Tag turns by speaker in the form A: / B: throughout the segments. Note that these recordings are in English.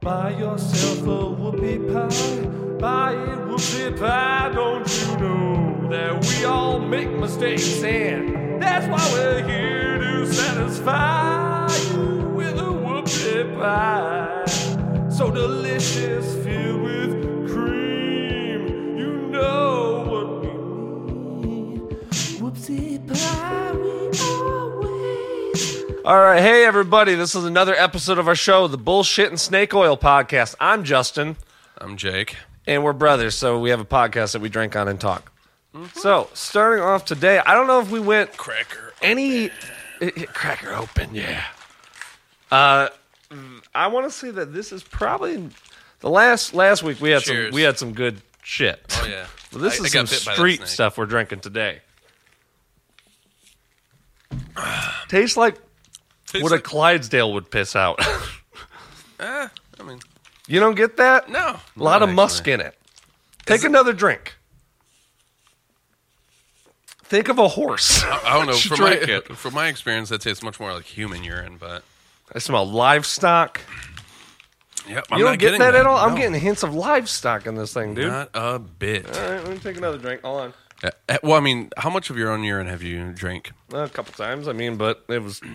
A: Buy yourself a whoopie pie. Buy a whoopie pie. Don't you know that we all make mistakes and that's why we're here to satisfy you with a whoopie pie. So delicious, filled with cream. You know what we need. Whoopsie pie, we always all right, hey everybody! This is another episode of our show, the Bullshit and Snake Oil Podcast. I'm Justin,
B: I'm Jake.
A: and we're brothers, so we have a podcast that we drink on and talk. So, starting off today, I don't know if we went
B: Cracker.
A: any it- it- cracker open, yeah. Uh, I want to say that this is probably the last last week we had
B: Cheers.
A: some we had some good shit.
B: Oh yeah.
A: Well, this
B: I- I
A: is some
B: got bit by that
A: street
B: snake.
A: stuff we're drinking today. Tastes like
B: Tastes
A: what a
B: like-
A: Clydesdale would piss out.
B: eh, I mean,
A: you don't get that?
B: no.
A: A lot of musk in it. Take
B: it-
A: another drink. Think of a horse.
B: I don't know.
A: Should
B: From my
A: drink it.
B: from my experience, that tastes much more like human urine. But
A: I smell livestock.
B: yep,
A: You don't get that, at all? I'm getting hints of livestock in this thing, dude.
B: not a bit.
A: all right, let me take another drink. Hold on.
B: Uh, uh, well, I mean, how much of your own urine have you drank?
A: A couple times, I mean, but it was.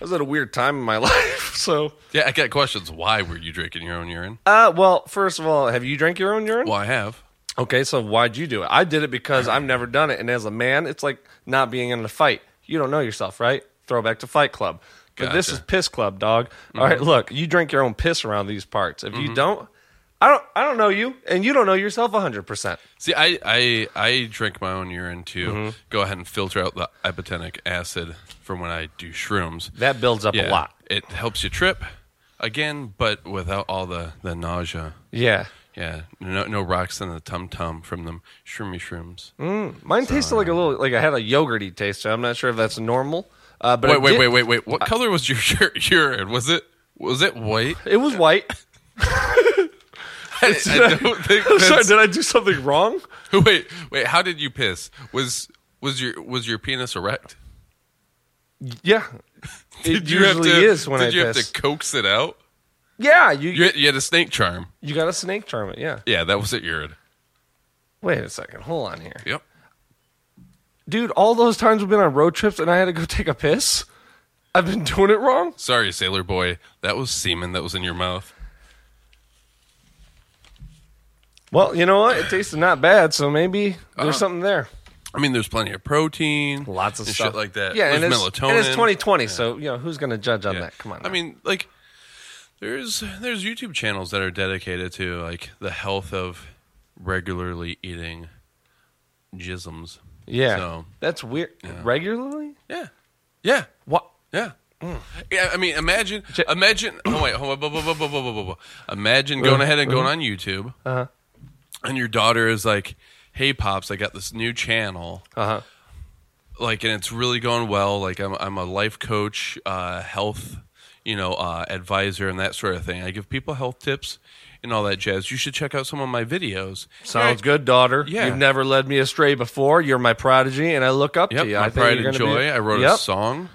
A: I was at a weird time in my life, so.
B: Yeah, I got questions. Why were you drinking your own urine?
A: Uh, well, first of all, have you drank your own urine?
B: Well, I have.
A: Okay, so why'd you do it? I did it because I've never done it, and as a man, it's like not being in a fight. You don't know yourself, right? Throwback to Fight Club. But this
B: Gotcha. Mm-hmm.
A: is piss club, dog. All right, look, you drink your own piss around these parts. If you don't, I don't, I don't know you, and you don't know yourself hundred percent.
B: See, I I, I drink my own urine to
A: Mm-hmm.
B: go ahead and filter out the ipotenic acid from when I do shrooms.
A: That builds up a lot.
B: It helps you trip again, but without all the the nausea.
A: Yeah,
B: Yeah, no, no rocks in the tum tum from them shroomy shrooms.
A: Mm. mine tasted
B: uh,
A: like a little, like I had a yogurty taste. So I'm not sure if that's normal. Uh, but
B: Wait,
A: it
B: wait,
A: did-
B: wait, wait, wait. What color was your shirt, urine? Was it was it white?
A: It was white.
B: I, I don't think.
A: Sorry,
B: That's,
A: did I do something wrong?
B: wait, wait. How did you piss? Was was your was your penis erect?
A: Yeah, it
B: Did you have
A: usually
B: to-
A: is when
B: did
A: I
B: you
A: piss.
B: have to coax it out?
A: yeah, you
B: You, had- you had a snake charm.
A: You got a snake charm it, yeah.
B: Yeah, that was it. Urine.
A: Wait a second, hold on here.
B: Yep.
A: Dude, all those times we've been on road trips and I had to go take a piss? I've been doing it wrong?
B: Sorry, sailor boy. That was semen that was in your mouth.
A: Well, you know what? It tasted not bad, so maybe
B: Oh.
A: there's something there.
B: I mean, there's plenty of protein,
A: Lots of
B: and
A: stuff.
B: shit like that.
A: Yeah,
B: there's
A: and it's,
B: melatonin.
A: and it's 2020, so, you know, who's going to judge on that? Come on.
B: I
A: now.
B: mean, like there's there's YouTube channels that are dedicated to like the health of regularly eating jisms.
A: yeah.
B: So
A: That's weird. Regularly?
B: yeah, yeah,
A: What?
B: yeah. Yeah, I mean, imagine,
A: Mm. J- Uh,
B: imagine. Oh wait, hold on, blah, blah, blah, blah, blah, blah, blah, blah. imagine going ahead and going on YouTube,
A: Uh-huh.
B: and your daughter is like, "Hey, pops, I got this new channel,
A: Uh huh.
B: like and it's really going well like i'm, I'm a life coach uh, health you know uh, advisor and that sort of thing i give people health tips and all that jazz you should check out some of my videos
A: Sounds good, daughter.
B: Yeah.
A: You've never led me astray before. You're my prodigy, and I look up
B: yep
A: to you.
B: my
A: I think
B: pride
A: you're
B: and
A: gonna
B: joy
A: be-
B: i wrote a
A: Yep.
B: song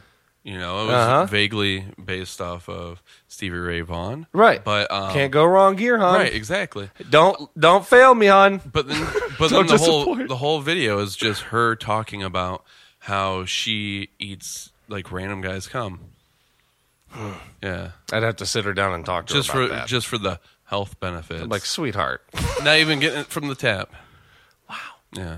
B: you know it was
A: Uh-huh.
B: vaguely based off of stevie ray vaughan
A: Right.
B: but um,
A: Can't go wrong here, hon.
B: right exactly
A: Don't don't fail me, hon.
B: But then, but
A: Don't
B: then the whole
A: disappoint.
B: the whole video is just her talking about how she eats like random guys come. yeah,
A: I'd have to sit her down and talk to
B: just
A: her
B: for
A: about that.
B: just for the health benefits.
A: like sweetheart.
B: not even getting it from the tap. Wow. Yeah.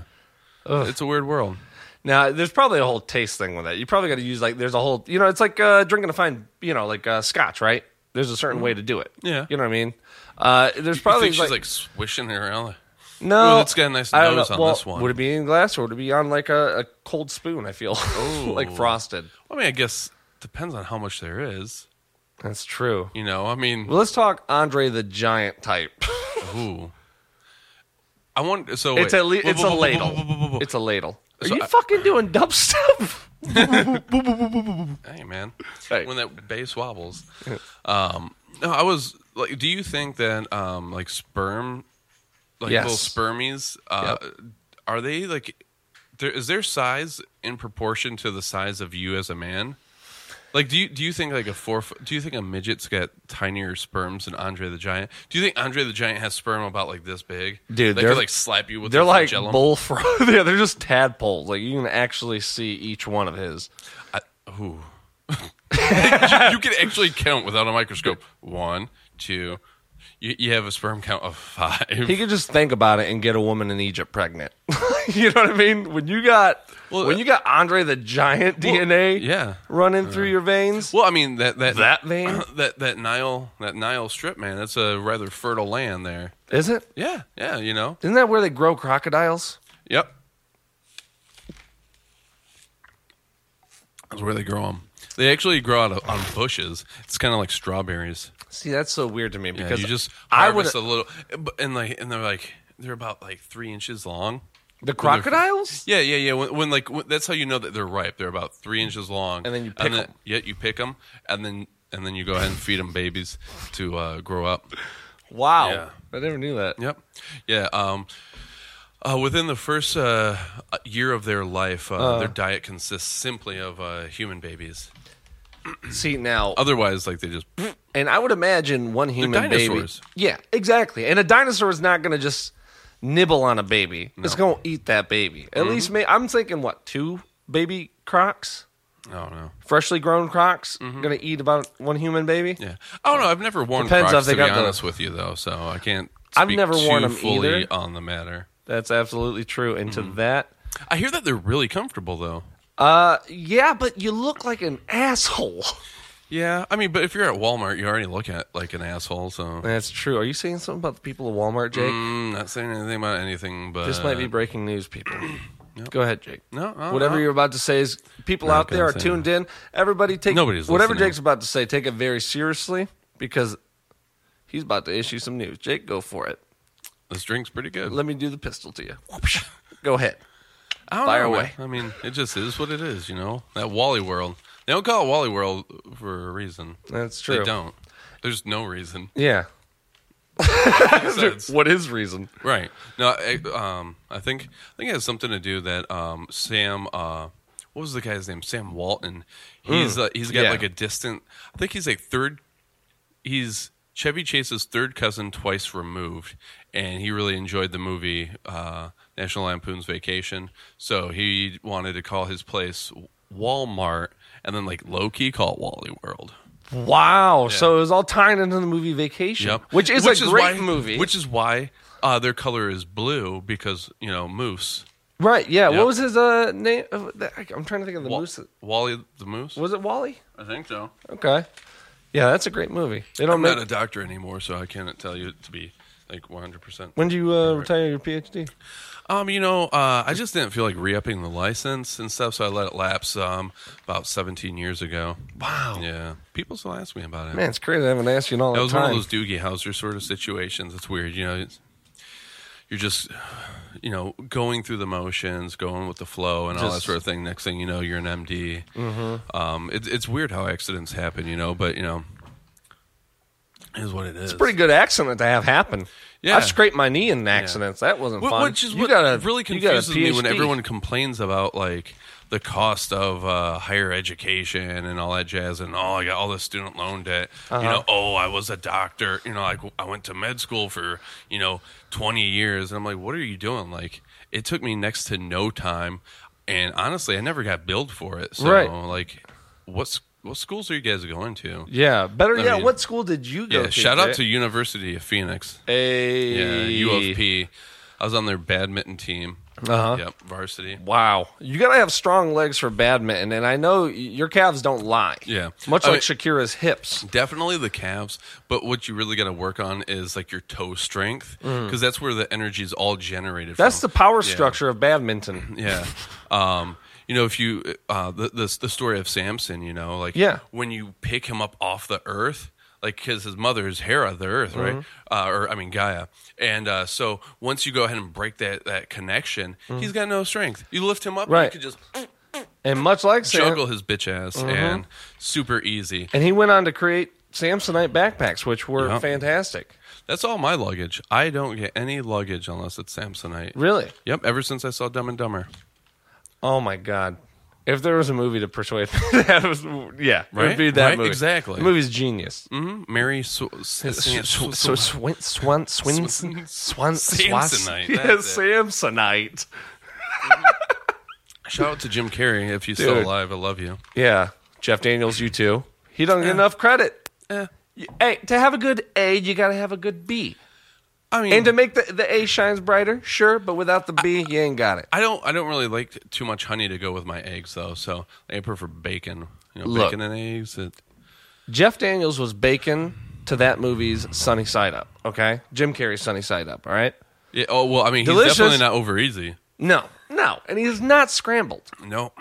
A: Ugh.
B: It's a weird world.
A: Now, there's probably a whole taste thing with that. You probably got to use like there's a whole, you know, it's like uh, drinking a fine, you know, like uh, scotch, right? There's a certain way to do it.
B: Yeah.
A: you know what I mean. Uh, there's probably
B: you think she's like, swishing it around.
A: no.
B: "Ooh, that's got a nice
A: I don't
B: nose
A: know.
B: on
A: Well,
B: this one."
A: Would it be in glass or would it be on like a, a cold spoon? I feel
B: Oh.
A: like frosted.
B: I mean, I guess depends on how much there is.
A: That's true.
B: You know, I mean,
A: Well, let's talk Andre the Giant type.
B: ooh. I want so
A: It's
B: wait.
A: a le-
B: Whoa,
A: it's
B: whoa,
A: a
B: whoa, whoa,
A: ladle.
B: whoa, whoa, whoa, whoa.
A: It's a ladle. Are
B: So
A: you
B: I-
A: fucking doing dubstep?
B: Hey man,
A: Hey.
B: when that bass wobbles. Um, no, I was like, do you think that um, like sperm, like
A: Yes.
B: little spermies, uh, are they like, there, is their size in proportion to the size of you as a man? Like, do you do you think like a four? fo- Do you think a midget's got tinier sperms than Andre the Giant? Do you think Andre the Giant has sperm about like this big?
A: Dude,
B: they
A: they're-
B: could like slap you with.
A: They're
B: their
A: like
B: flagellum?
A: bullfrog. yeah, they're just tadpoles. Like you can actually see each one of his.
B: I, ooh. you can actually count without a microscope. One, two. You, you have a sperm count of five.
A: He could just think about it and get a woman in Egypt pregnant. you know what I mean? When you got
B: Well,
A: when you got Andre the Giant DNA,
B: yeah.
A: running through your veins.
B: Well, I mean that that
A: That vein?
B: that that Nile that Nile strip, man. That's a rather fertile land there.
A: Is it?
B: Yeah, yeah. You know.
A: Isn't that where they grow crocodiles?
B: Yep. That's where they grow them. They actually grow out of, on bushes. It's kind of like strawberries.
A: See, that's so weird to me
B: Yeah,
A: because
B: you just
A: I would
B: harvest a little, but- and like, and they're like, they're about like three inches long.
A: the crocodiles.
B: Yeah, yeah, yeah. When, when like when, that's how you know that they're ripe. They're about three inches long,
A: And then you pick 'em.
B: Yeah, you pick them, and then and then you go ahead and feed them babies to uh, grow up.
A: Wow,
B: Yeah.
A: I never knew that.
B: Yep. Yeah. Um, uh, within the first uh, year of their life, uh, their diet consists simply of uh, human babies.
A: See now,
B: Otherwise, like they just
A: and I would imagine one human baby.
B: dinosaurs.
A: Yeah, exactly. And a dinosaur is not going to just nibble on a baby. It's going to eat that baby. At least, may, I'm thinking what two baby crocs,
B: I don't know.
A: freshly grown crocs, going to eat about one human baby.
B: Yeah. I don't know. I've never worn
A: Depends
B: Crocs
A: if they
B: to be
A: got the-
B: honest with you, though, so I can't.
A: I've
B: speak
A: never worn
B: too
A: 'em
B: fully
A: either.
B: on the matter.
A: That's absolutely true. And to that,
B: I hear that they're really comfortable, though.
A: uh, yeah, but you look like an asshole.
B: Yeah, I mean, but if you're at Walmart, you already look at like an asshole. So
A: That's true. Are you saying something about the people of Walmart, Jake?
B: I'm not saying anything about anything, but
A: This might be breaking news, people. Go ahead, Jake.
B: No, no,
A: whatever
B: no.
A: you're about to say is people out
B: gonna
A: there are
B: say
A: tuned in. Everybody take
B: Nobody's
A: whatever
B: listening.
A: Jake's about to say. Take it very seriously because he's about to issue some news. Jake, go for it.
B: this drink's pretty good.
A: Let me do the pistol to you. Whoopsh. Go ahead.
B: I don't
A: Fire
B: know,
A: away.
B: man. I mean, it just is what it is, you know. That Wally World. They don't call it Wally World for a reason.
A: That's true.
B: They don't. There's no reason.
A: Yeah.
B: Besides-
A: What is reason?
B: right. No, I, um, I think I think it has something to do that um, Sam. Uh, what was the guy's name? Sam Walton. He's uh, he's got
A: Hmm. Yeah.
B: like a distant. I think he's like third. He's Chevy Chase's third cousin, twice removed, and he really enjoyed the movie uh, National Lampoon's Vacation. So he wanted to call his place Walmart, and then like low key call it Wally World.
A: Wow. So it was all tied into the movie Vacation,
B: Yep.
A: which is a great
B: why-
A: movie.
B: Which is why uh, their color is blue because you know moose.
A: right? Yeah. What
B: Yep.
A: was his uh, name? of that- I'm trying to think of the
B: Wa-
A: moose. Oh,
B: Wally the moose.
A: Was it Wally?
B: I think so.
A: Okay. Yeah, that's a great movie. They don't
B: I'm
A: make
B: not a doctor anymore, so I cannot tell you to be like 100. percent
A: When do you uh, retire your PhD?
B: Um, you know, uh, I just didn't feel like re-upping the license and stuff, so I let it lapse. Um, about 17 years ago.
A: Wow.
B: Yeah, people still ask me about it.
A: Man, it's crazy. I haven't asked you in all
B: That
A: the
B: was
A: time.
B: one of those Doogie Howser sort of situations. It's weird, you know. It's, you're just, you know, going through the motions, going with the flow, and all that
A: Just-
B: sort of thing. Next thing you know, you're an MD. Mm-hmm. Um, it, it's weird how accidents happen, you know, but you know, it is what it is.
A: Pretty good accident to have happen.
B: Yeah.
A: I scraped my knee in an accident. That wasn't
B: Wh-
A: fun.
B: Which is
A: you
B: what
A: got a,
B: really
A: you got a
B: confuses me when
A: PhD.
B: everyone complains about like the cost of uh, higher education and all that jazz, and oh, I got all this student loan debt.
A: Uh-huh.
B: You know, oh, I was a doctor. You know, like I went to med school for you know twenty years, and I'm like, what are you doing? Like, it took me next to no time, and honestly, I never got billed for it. So,
A: Right.
B: like, what's what schools are you guys going to?
A: Yeah, better
B: I
A: yet,
B: mean-
A: what school did you go
B: Yeah,
A: to?
B: shout out to University of Phoenix. Yeah,
A: a
B: U of P. I was on their badminton team.
A: Uh-huh.
B: Yep, varsity.
A: Wow, you got to have strong legs for badminton, and I know y- your calves don't lie.
B: Yeah.
A: much like
B: I mean-
A: Shakira's hips.
B: Definitely the calves, but what you really got to work on is like your toe strength because that's where the energy is all generated.
A: Mm. That's the
B: from.
A: power structure of badminton.
B: yeah. Um, you know, if you uh, the, the the story of Samson, you know, like
A: Yeah.
B: when you pick him up off the earth, like because his mother is Hera, the earth, right?
A: Mm-hmm.
B: Uh, or I mean Gaia, and uh, so once you go ahead and break that that connection, he's got no strength. You lift him up, you
A: Mm. Right.
B: could just
A: And much like Sam,
B: juggle his bitch ass and super easy.
A: and he went on to create Samsonite backpacks, which were
B: Yeah.
A: fantastic.
B: That's all my luggage. I don't get any luggage unless it's Samsonite.
A: Really?
B: Yep, ever since I saw Dumb and Dumber.
A: Oh my god. If there was a movie to persuade me, that was yeah, it would
B: Right?
A: be that
B: Right,
A: movie.
B: exactly.
A: the movie's genius. Mm.
B: Mm-hmm. Mary Sw- S-
A: So
B: S-
A: Swan, Swan,
B: Sw- Sw-
A: Swan, Swinson, Swan,
B: Samsonite,
A: Yeah,
B: that's it.
A: Samsonite.
B: Shout out to Jim Carrey if you're still
A: Dude.
B: alive. I love you.
A: Yeah, Jeff Daniels, you too. He don't get enough credit.
B: Eh.
A: You- Hey, to have a good A, you got to have a good B,
B: I mean,
A: and uh, to make the the A shines brighter, sure, but without the B, you ain't got it.
B: I don't. I don't really like too much honey to go with my eggs though. So I prefer bacon. You know,
A: Look.
B: bacon and eggs. It,
A: Jeff Daniels was bacon to that movie's Sunny Side Up. Okay, Jim Carrey's Sunny Side Up. All right.
B: yeah, oh well. I mean, he's
A: Delicious.
B: definitely not over easy.
A: No, no, and he's not scrambled.
B: No.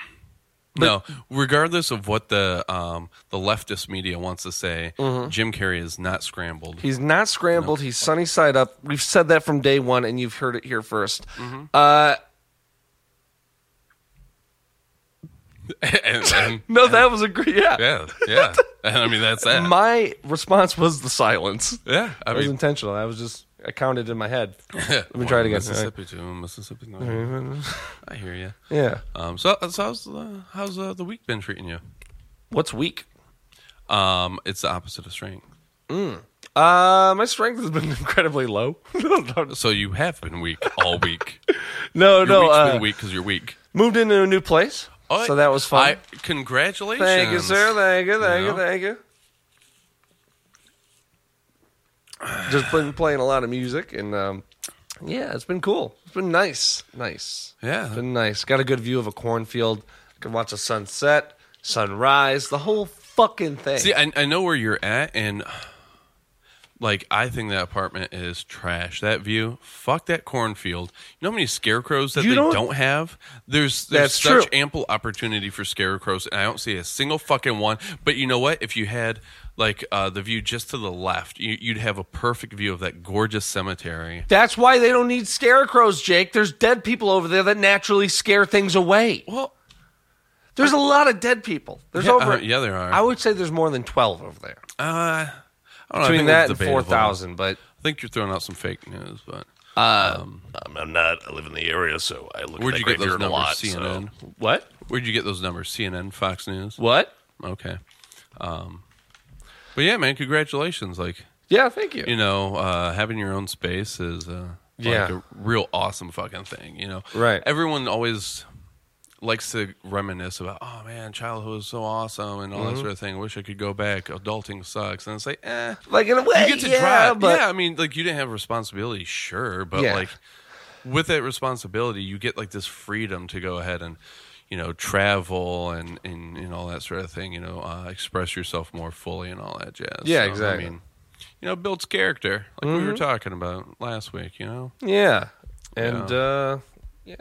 B: no, regardless of what the um, the leftist media wants to say,
A: Mm-hmm.
B: Jim Carrey is not scrambled.
A: He's not scrambled. He's sunny side up. We've said that from day one, and you've heard it here 1st
B: Mm-hmm.
A: Uh,
B: and, and-
A: no, that was a great. Yeah.
B: yeah, yeah. And I mean, that's that.
A: My response was the silence.
B: yeah, I
A: It was
B: mean,
A: intentional. I was just I counted in my head. Let me try it again.
B: Mississippi to Mississippi. No. I hear you.
A: Yeah.
B: Um, so, so how's uh, how's uh, the week been treating you?
A: What's weak?
B: Um, it's the opposite of strength.
A: Uh, my strength has been incredibly low. no, no,
B: So you have been weak all week.
A: no.
B: Your
A: no
B: week's
A: uh,
B: been weak because you're weak.
A: Moved into a new place,
B: Oh,
A: so that was fun.
B: I, congratulations.
A: thank you, sir. Thank you. Thank you.
B: No.
A: Thank you. Just been playing a lot of music, and um, yeah, it's been cool. It's been nice. Nice.
B: Yeah.
A: It's been nice. Got a good view of a cornfield. I can watch a sunset, sunrise, the whole fucking thing.
B: See, I, I know where you're at, and like I think that apartment is trash. That view, fuck that cornfield. You know how many scarecrows that
A: You
B: they
A: don't-
B: don't, have? There's there's
A: That's
B: such
A: true.
B: ample opportunity for scarecrows, and I don't see a single fucking one. But you know what? If you had like uh, the view just to the left, you, you'd have a perfect view of that gorgeous cemetery.
A: That's why they don't need scarecrows, Jake. There's dead people over there that naturally scare things away.
B: Well,
A: There's a lot of dead people. There's
B: Yeah,
A: over.
B: uh, yeah, there are.
A: I would say there's more than twelve over there.
B: uh, I don't know, I
A: Between
B: think
A: that
B: that's
A: and
B: debatable.
A: four thousand, but
B: I think you're throwing out some fake news, but
C: I'm, I'm not. I live in the area, so I look
B: where'd
C: at
B: you
C: that
B: get those
C: graveyard a
B: numbers?
C: lot. so-
B: CNN.
A: what?
B: Where'd you get those numbers? CNN, Fox News.
A: What?
B: Okay. Um, but yeah, man, congratulations. Like,
A: Yeah, thank you.
B: you know, uh, having your own space is uh,
A: Yeah.
B: like a real awesome fucking thing, you know?
A: Right.
B: Everyone always likes to reminisce about, oh man, childhood was so awesome and all
A: Mm-hmm.
B: that sort of thing. I wish I could go back. Adulting sucks. And it's like, eh.
A: like in a way,
B: You get to
A: yeah,
B: drive.
A: but
B: yeah, I mean, like, you didn't have responsibility, sure, but
A: Yeah.
B: like, with that responsibility, you get like this freedom to go ahead and you know travel and and, and all that sort of thing. You know, uh, express yourself more fully and all that jazz.
A: Yeah,
B: So,
A: exactly. Mm-hmm.
B: I mean, you know, builds character, like we were talking about last week. You know,
A: yeah, and uh, yeah.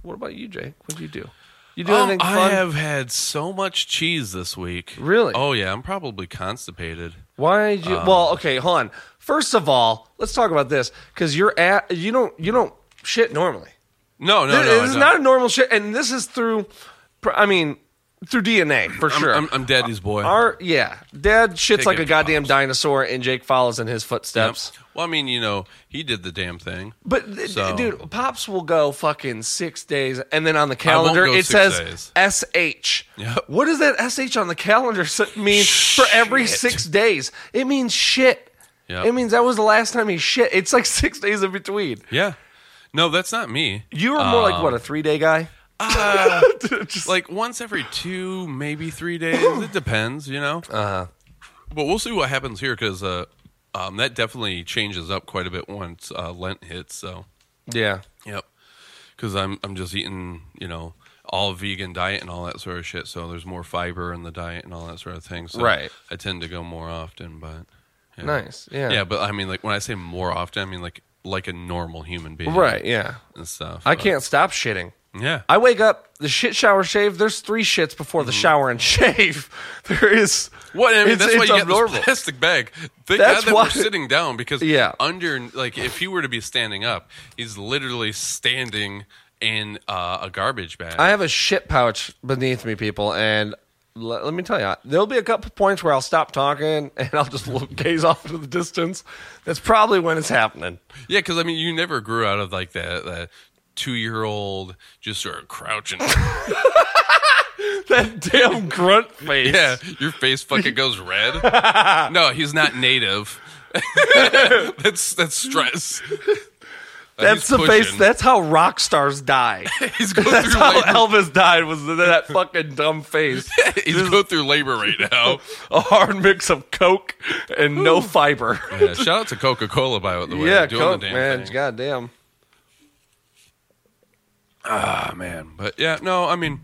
A: What about you, Jake? What'd you do? You do
B: Um,
A: anything
B: I
A: fun?
B: have had so much cheese this week.
A: Really?
B: Oh yeah, I'm probably constipated.
A: Why did you? well,
B: um,
A: okay, hold on. First of all, let's talk about this because you're at you don't you don't shit normally.
B: No, no,
A: Th-
B: no. I
A: this is
B: don't.
A: not a normal shit, and this is through, pr- I mean, through DNA for
B: I'm,
A: sure.
B: I'm, I'm daddy's boy.
A: Our yeah, Dad shits like a
B: Taking
A: goddamn
B: photos.
A: dinosaur, and Jake follows in his
B: Yep.
A: footsteps.
B: Well, I mean, you know, he did the damn thing.
A: But th-
B: So-
A: dude, pops will go fucking six days, and then on the calendar
B: go
A: it
B: six
A: says sh.
B: Yep.
A: What does that sh on the calendar s- mean for every
B: Shit.
A: six days? It means shit.
B: Yep.
A: It means that was the last time he shit. It's like six days in between.
B: Yeah. No, that's not me.
A: You were more like
B: Um,
A: what a three day guy.
B: uh, It's like once every two, maybe three days. it depends, you know. Uh-huh. But we'll see what happens here because uh, um, that definitely changes up quite a bit once uh, Lent hits. So,
A: Yeah.
B: yep. Because I'm I'm just eating, you know, all vegan diet and all that sort of shit. So there's more fiber in the diet and all that sort of thing. So
A: Right.
B: I tend to go more often, but yeah.
A: Nice. Yeah.
B: Yeah, but I mean, like when I say more often, I mean like like a normal human being,
A: Right. Yeah.
B: And stuff.
A: I
B: but-
A: can't stop shitting.
B: Yeah.
A: I wake up, the shit shower shave. There's three shits before the shower and shave. There is
B: Mm-hmm. What I mean,
A: It's-
B: that's why
A: it's
B: you got
A: abnormal.
B: this plastic bag. Thank
A: That's
B: God that
A: why-
B: we're sitting down because
A: Yeah.
B: under like if he were to be standing up, he's literally standing in uh, a garbage bag.
A: I have a shit pouch beneath me, people, and let, let me tell you, there'll be a couple points where I'll stop talking and I'll just look, gaze off into the distance. That's probably when it's happening.
B: yeah, because I mean, you never grew out of like that that two year old just sort of crouching.
A: that damn grunt face.
B: Yeah, your face fucking goes red. no, he's not native. that's that's stress. Uh,
A: That's the
B: he's
A: face.
B: pushing.
A: That's how rock stars die.
B: he's going
A: That's
B: through
A: how
B: labor.
A: Elvis died. Was that fucking dumb face?
B: he's going through labor right now.
A: A hard mix of coke and no fiber.
B: Yeah, shout out to Coca Cola by the way.
A: yeah,
B: doing
A: coke,
B: the damn
A: man.
B: thing.
A: Goddamn.
B: Ah, man. But yeah, no, I mean,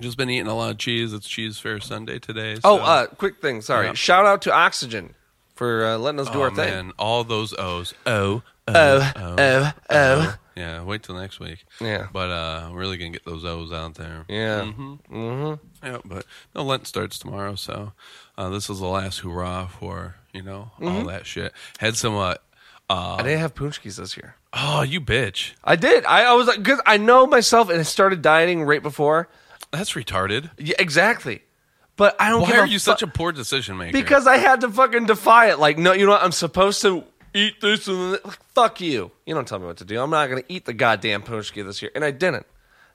B: just been eating a lot of cheese. It's Cheese Fair Sunday today.
A: Oh,
B: so-
A: uh, quick thing. Sorry.
B: Yeah.
A: Shout out to Oxygen for uh, letting us do
B: Oh,
A: our thing.
B: man, all those O's. Oh, oh,
A: Oh, oh, oh.
B: Yeah, wait till next week.
A: Yeah.
B: But uh, I'm really going to get those O's out there.
A: Yeah.
B: Yeah, but no, Lent starts tomorrow, so uh, this is the last hurrah for you know
A: Mm-hmm.
B: all that shit. Had some, uh,
A: I didn't have punchkis this year.
B: oh, you bitch,
A: I did. I, I was like, because I know myself and I started dieting right before.
B: that's retarded.
A: Yeah, exactly. But I don't
B: Why
A: give
B: are
A: a
B: you
A: fu-
B: such a poor decision maker?
A: Because I had to fucking defy it. Like, no, you know what? I'm supposed to eat this and that. Like, fuck you. You don't tell me what to do. I'm not going to eat the goddamn punchki this year. And I didn't.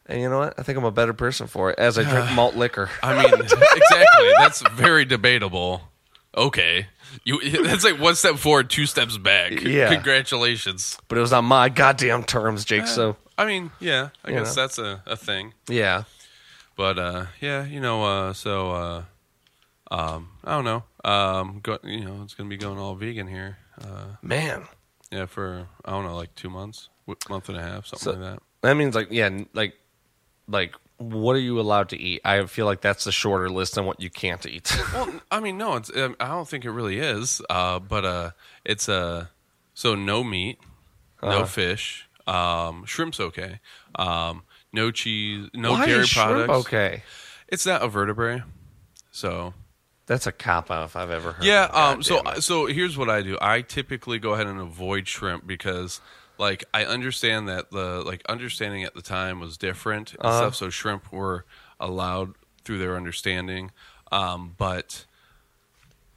A: And you know what? I think I'm a better person for it as I drink malt liquor.
B: I mean, exactly. That's very debatable. Okay, you that's like one step forward, two steps back.
A: Yeah.
B: congratulations.
A: But it was on my goddamn terms, Jake. So,
B: I mean, yeah, I
A: You
B: guess
A: know.
B: that's a, a thing.
A: yeah.
B: But uh, yeah, you know, uh, so uh, um, I don't know. Um, go, you know, it's gonna be going all vegan here. Uh,
A: Man.
B: Yeah, for I don't know, like two months, w- month and a half,
A: So-
B: something like that.
A: That means, like, yeah, n- like, like, what are you allowed to eat? I feel like that's the shorter list on what you can't eat.
B: Well, I mean, no, it's um, I don't think it really is, uh, but uh, it's uh, so no meat,
A: Uh-huh.
B: no fish, um, shrimp's okay, um, no cheese, no
A: Why
B: dairy
A: is shrimp
B: products.
A: okay?
B: It's not a vertebrae, so
A: That's a cop out if I've ever heard.
B: Yeah.
A: of it.
B: Um,
A: God
B: so
A: Oh, damn it.
B: so here's what I do. I typically go ahead and avoid shrimp because like I understand that the like understanding at the time was different and
A: Uh-huh.
B: stuff. So shrimp were allowed through their understanding, um, but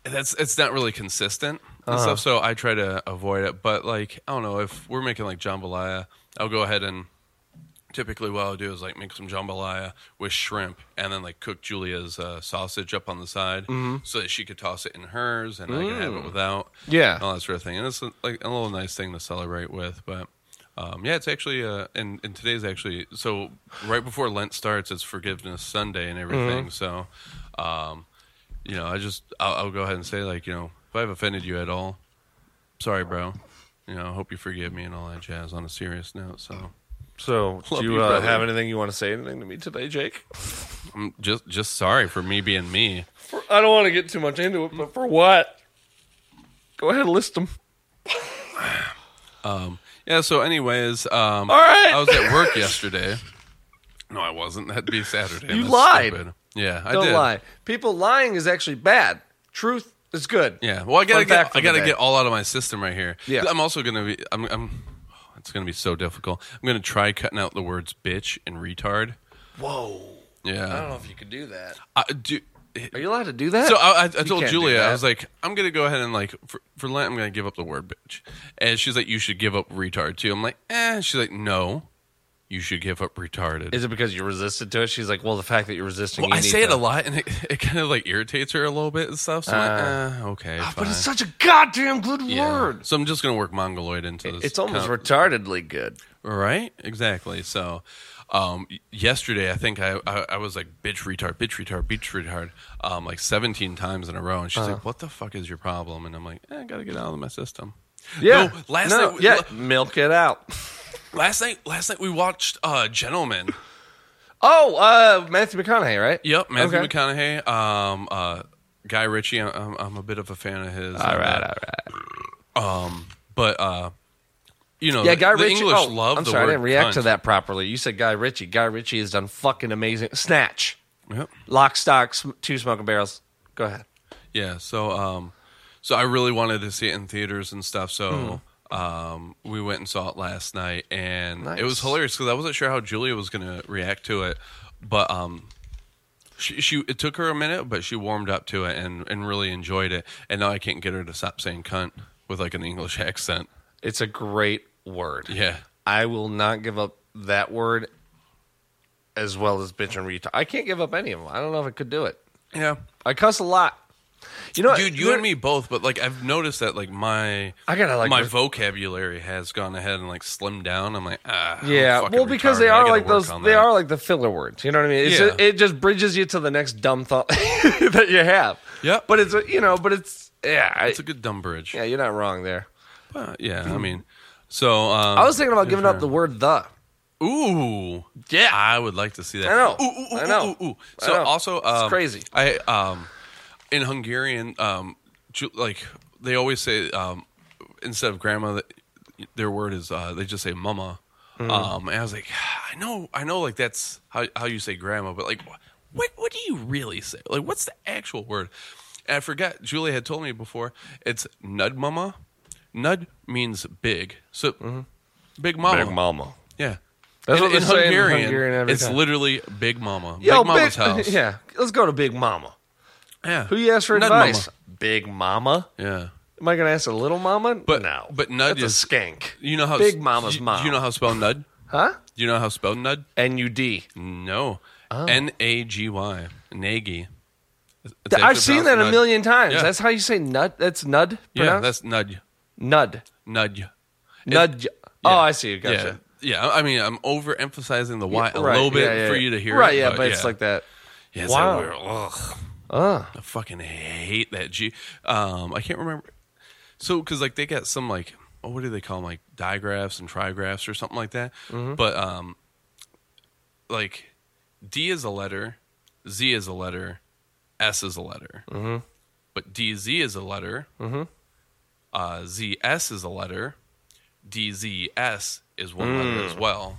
B: that's it's not really consistent and stuff. So I try to avoid it. But like I don't know if we're making like jambalaya, I'll go ahead and typically what I'll do is like make some jambalaya with shrimp and then like cook Julia's uh, sausage up on the side so that she could toss it in hers and I can have it without.
A: Yeah.
B: And all that sort of thing. And it's uh, like a little nice thing to celebrate with. But um, yeah, it's actually, uh, and, and today's actually, so right before Lent starts, it's Forgiveness Sunday and everything.
A: Mm-hmm.
B: So, um, you know, I just, I'll, I'll go ahead and say like, you know, if I've offended you at all, sorry, bro. You know, I hope you forgive me and all that jazz on a serious note. So.
A: So, do
B: Love
A: you
B: you,
A: uh,
B: brother.
A: have anything you want to say anything to me today, Jake?
B: I'm just just sorry for me being me.
A: For, I don't want to get too much into it, but for what? Go ahead and list them.
B: Yeah. So, anyways, um,
A: All right.
B: I was at work yesterday. No, I wasn't. That'd be Saturday.
A: You
B: That's
A: lied.
B: stupid. Yeah, I
A: Don't
B: did.
A: lie. People lying is actually bad. Truth is good.
B: Yeah. Well, I gotta
A: Fun fact
B: get
A: for
B: I
A: the
B: gotta
A: day.
B: get all out of my system right here.
A: Yeah.
B: I'm also gonna be. I'm. I'm it's gonna be so difficult. I'm gonna try cutting out the words bitch and retard.
A: Whoa.
B: Yeah.
A: I don't know if you could do that.
B: I, do,
A: Are you allowed to do that?
B: So I, I, I told
A: can't do
B: Julia,
A: that.
B: I was like, I'm gonna go ahead and like for, for Lent, I'm gonna give up the word bitch, and she's like, you should give up retard too. I'm like, eh. She's like, no, you should give up retarded.
A: is it because you resisted to it? She's like, well, the fact that you're resisting.
B: well,
A: you
B: I
A: need
B: say it
A: to-
B: a lot, and it, it kind of like irritates her a little bit and stuff. So I'm like, eh, okay, fine.
A: Uh, ah, But it's such a goddamn good
B: Yeah.
A: word.
B: So I'm just gonna work mongoloid into this.
A: It's almost
B: com-
A: retardedly good.
B: Right? Exactly. So, um, y- yesterday I think I, I I was like bitch retard, bitch retard, bitch retard, um, like 17 times in a row, and she's
A: Uh-huh.
B: like, "What the fuck is your problem?" And I'm like, eh, "I gotta get out of my system."
A: Yeah.
B: No, last
A: No,
B: night-
A: yeah. Milk it out.
B: Last night, last night we watched uh, Gentlemen.
A: Oh, uh, Matthew McConaughey, right?
B: Yep, Matthew
A: Okay.
B: McConaughey, um, uh, Guy Ritchie. I- I'm, I'm a bit of a fan of his.
A: All right, all
B: Uh,
A: right.
B: but uh, you know,
A: Yeah,
B: the-
A: Guy
B: the,
A: Ritchie.
B: English
A: oh,
B: love
A: I'm
B: the
A: sorry, I
B: word
A: didn't react
B: cunt.
A: to that properly. You said Guy Ritchie. Guy Ritchie has done fucking amazing. Snatch,
B: Yep.
A: Lock, Stock, Sm- Two Smoking Barrels. Go ahead.
B: Yeah, so um so I really wanted to see it in theaters and stuff, so
A: Mm-hmm.
B: um we went and saw it last night and it was
A: Nice.
B: hilarious cuz I wasn't sure how Julia was going to react to it, but um she, she it took her a minute, but she warmed up to it and and really enjoyed it. And now I can't get her to stop saying cunt with like an English accent.
A: It's a great word.
B: Yeah.
A: I will not give up that word as well as bitch and retard. I can't give up any of them. I don't know if I could do it.
B: Yeah.
A: I cuss a lot. You know, what?
B: Dude, you
A: There-
B: and me both, but like I've noticed that like my
A: I gotta, like,
B: my
A: res-
B: vocabulary has gone ahead and like slimmed down. I'm like, ah, I'm
A: Yeah,
B: fucking
A: well, because they
B: retarded. I
A: are
B: gotta
A: like
B: work
A: those.
B: on
A: They
B: that.
A: are like the filler words. You know what I mean? It's
B: Yeah.
A: just, it just bridges you to the next dumb thought that you have.
B: Yep.
A: But it's you know, but it's yeah, I-
B: It's a good dumb bridge.
A: yeah. You're not wrong there.
B: Uh, yeah, I mean, so um,
A: I was thinking about giving up the word the.
B: Ooh, yeah, I would like to see that.
A: I know.
B: Ooh, ooh, ooh,
A: I know.
B: Ooh, ooh.
A: I
B: So
A: know.
B: also,
A: It's
B: um,
A: crazy.
B: I um, in Hungarian, um, ju- like they always say, um, instead of grandma, th- their word is uh, they just say mama.
A: Hmm.
B: Um, and I was like, I know, I know, like that's how how you say grandma, but like, wh- what what do you really say? Like, what's the actual word? And I forgot. Julia had told me before. It's nud mama. Nud means big. So.
A: Mm-hmm.
B: Big mama.
C: Big Mama.
B: Yeah.
A: That's
B: in,
A: what they
B: in
A: say in
B: Hungarian,
A: Hungarian every
B: it's
A: time.
B: literally Big Mama.
A: Yo,
B: big Mama's house.
A: Yeah, let's go to Big Mama.
B: Yeah.
A: Who you ask for
B: Nut
A: advice? Big Mama.
B: Mama. Yeah.
A: Am I gonna ask a little Mama?
B: But-
A: no,
B: but Nud
A: That's
B: is-
A: a skank.
B: You know how
A: Big Mama's
B: you,
A: mom.
B: You know how spelled Nud?
A: Huh?
B: You know how spelled Nud?
A: N U D.
B: No.
A: Oh.
B: N A G Y. Nagy. It's actually
A: I've seen
B: pronounced
A: that a
B: Nud.
A: million times.
B: Yeah.
A: That's how you say nut. That's nud.
B: Yeah,
A: pronounced?
B: that's Nud.
A: nud.
B: Nud.
A: Nud. Oh, I see. Gotcha.
B: Yeah. Yeah, I mean, I'm overemphasizing the Y a
A: Right,
B: little bit
A: yeah, yeah,
B: for
A: yeah.
B: you to hear
A: Right,
B: it,
A: yeah,
B: but,
A: but, it's like that.
B: Yeah, it's
A: Wow.
B: like weird. Ugh. I fucking hate that G. Um, I can't remember. So, because like they got some like, oh, what do they call them? Like digraphs and trigraphs or something like that.
A: Mm-hmm.
B: But um, like D is a letter, Z is a letter, S is a letter. Mm-hmm. But DZ is a letter. Mm-hmm. Uh, ZS is a letter. DZS is one letter as well,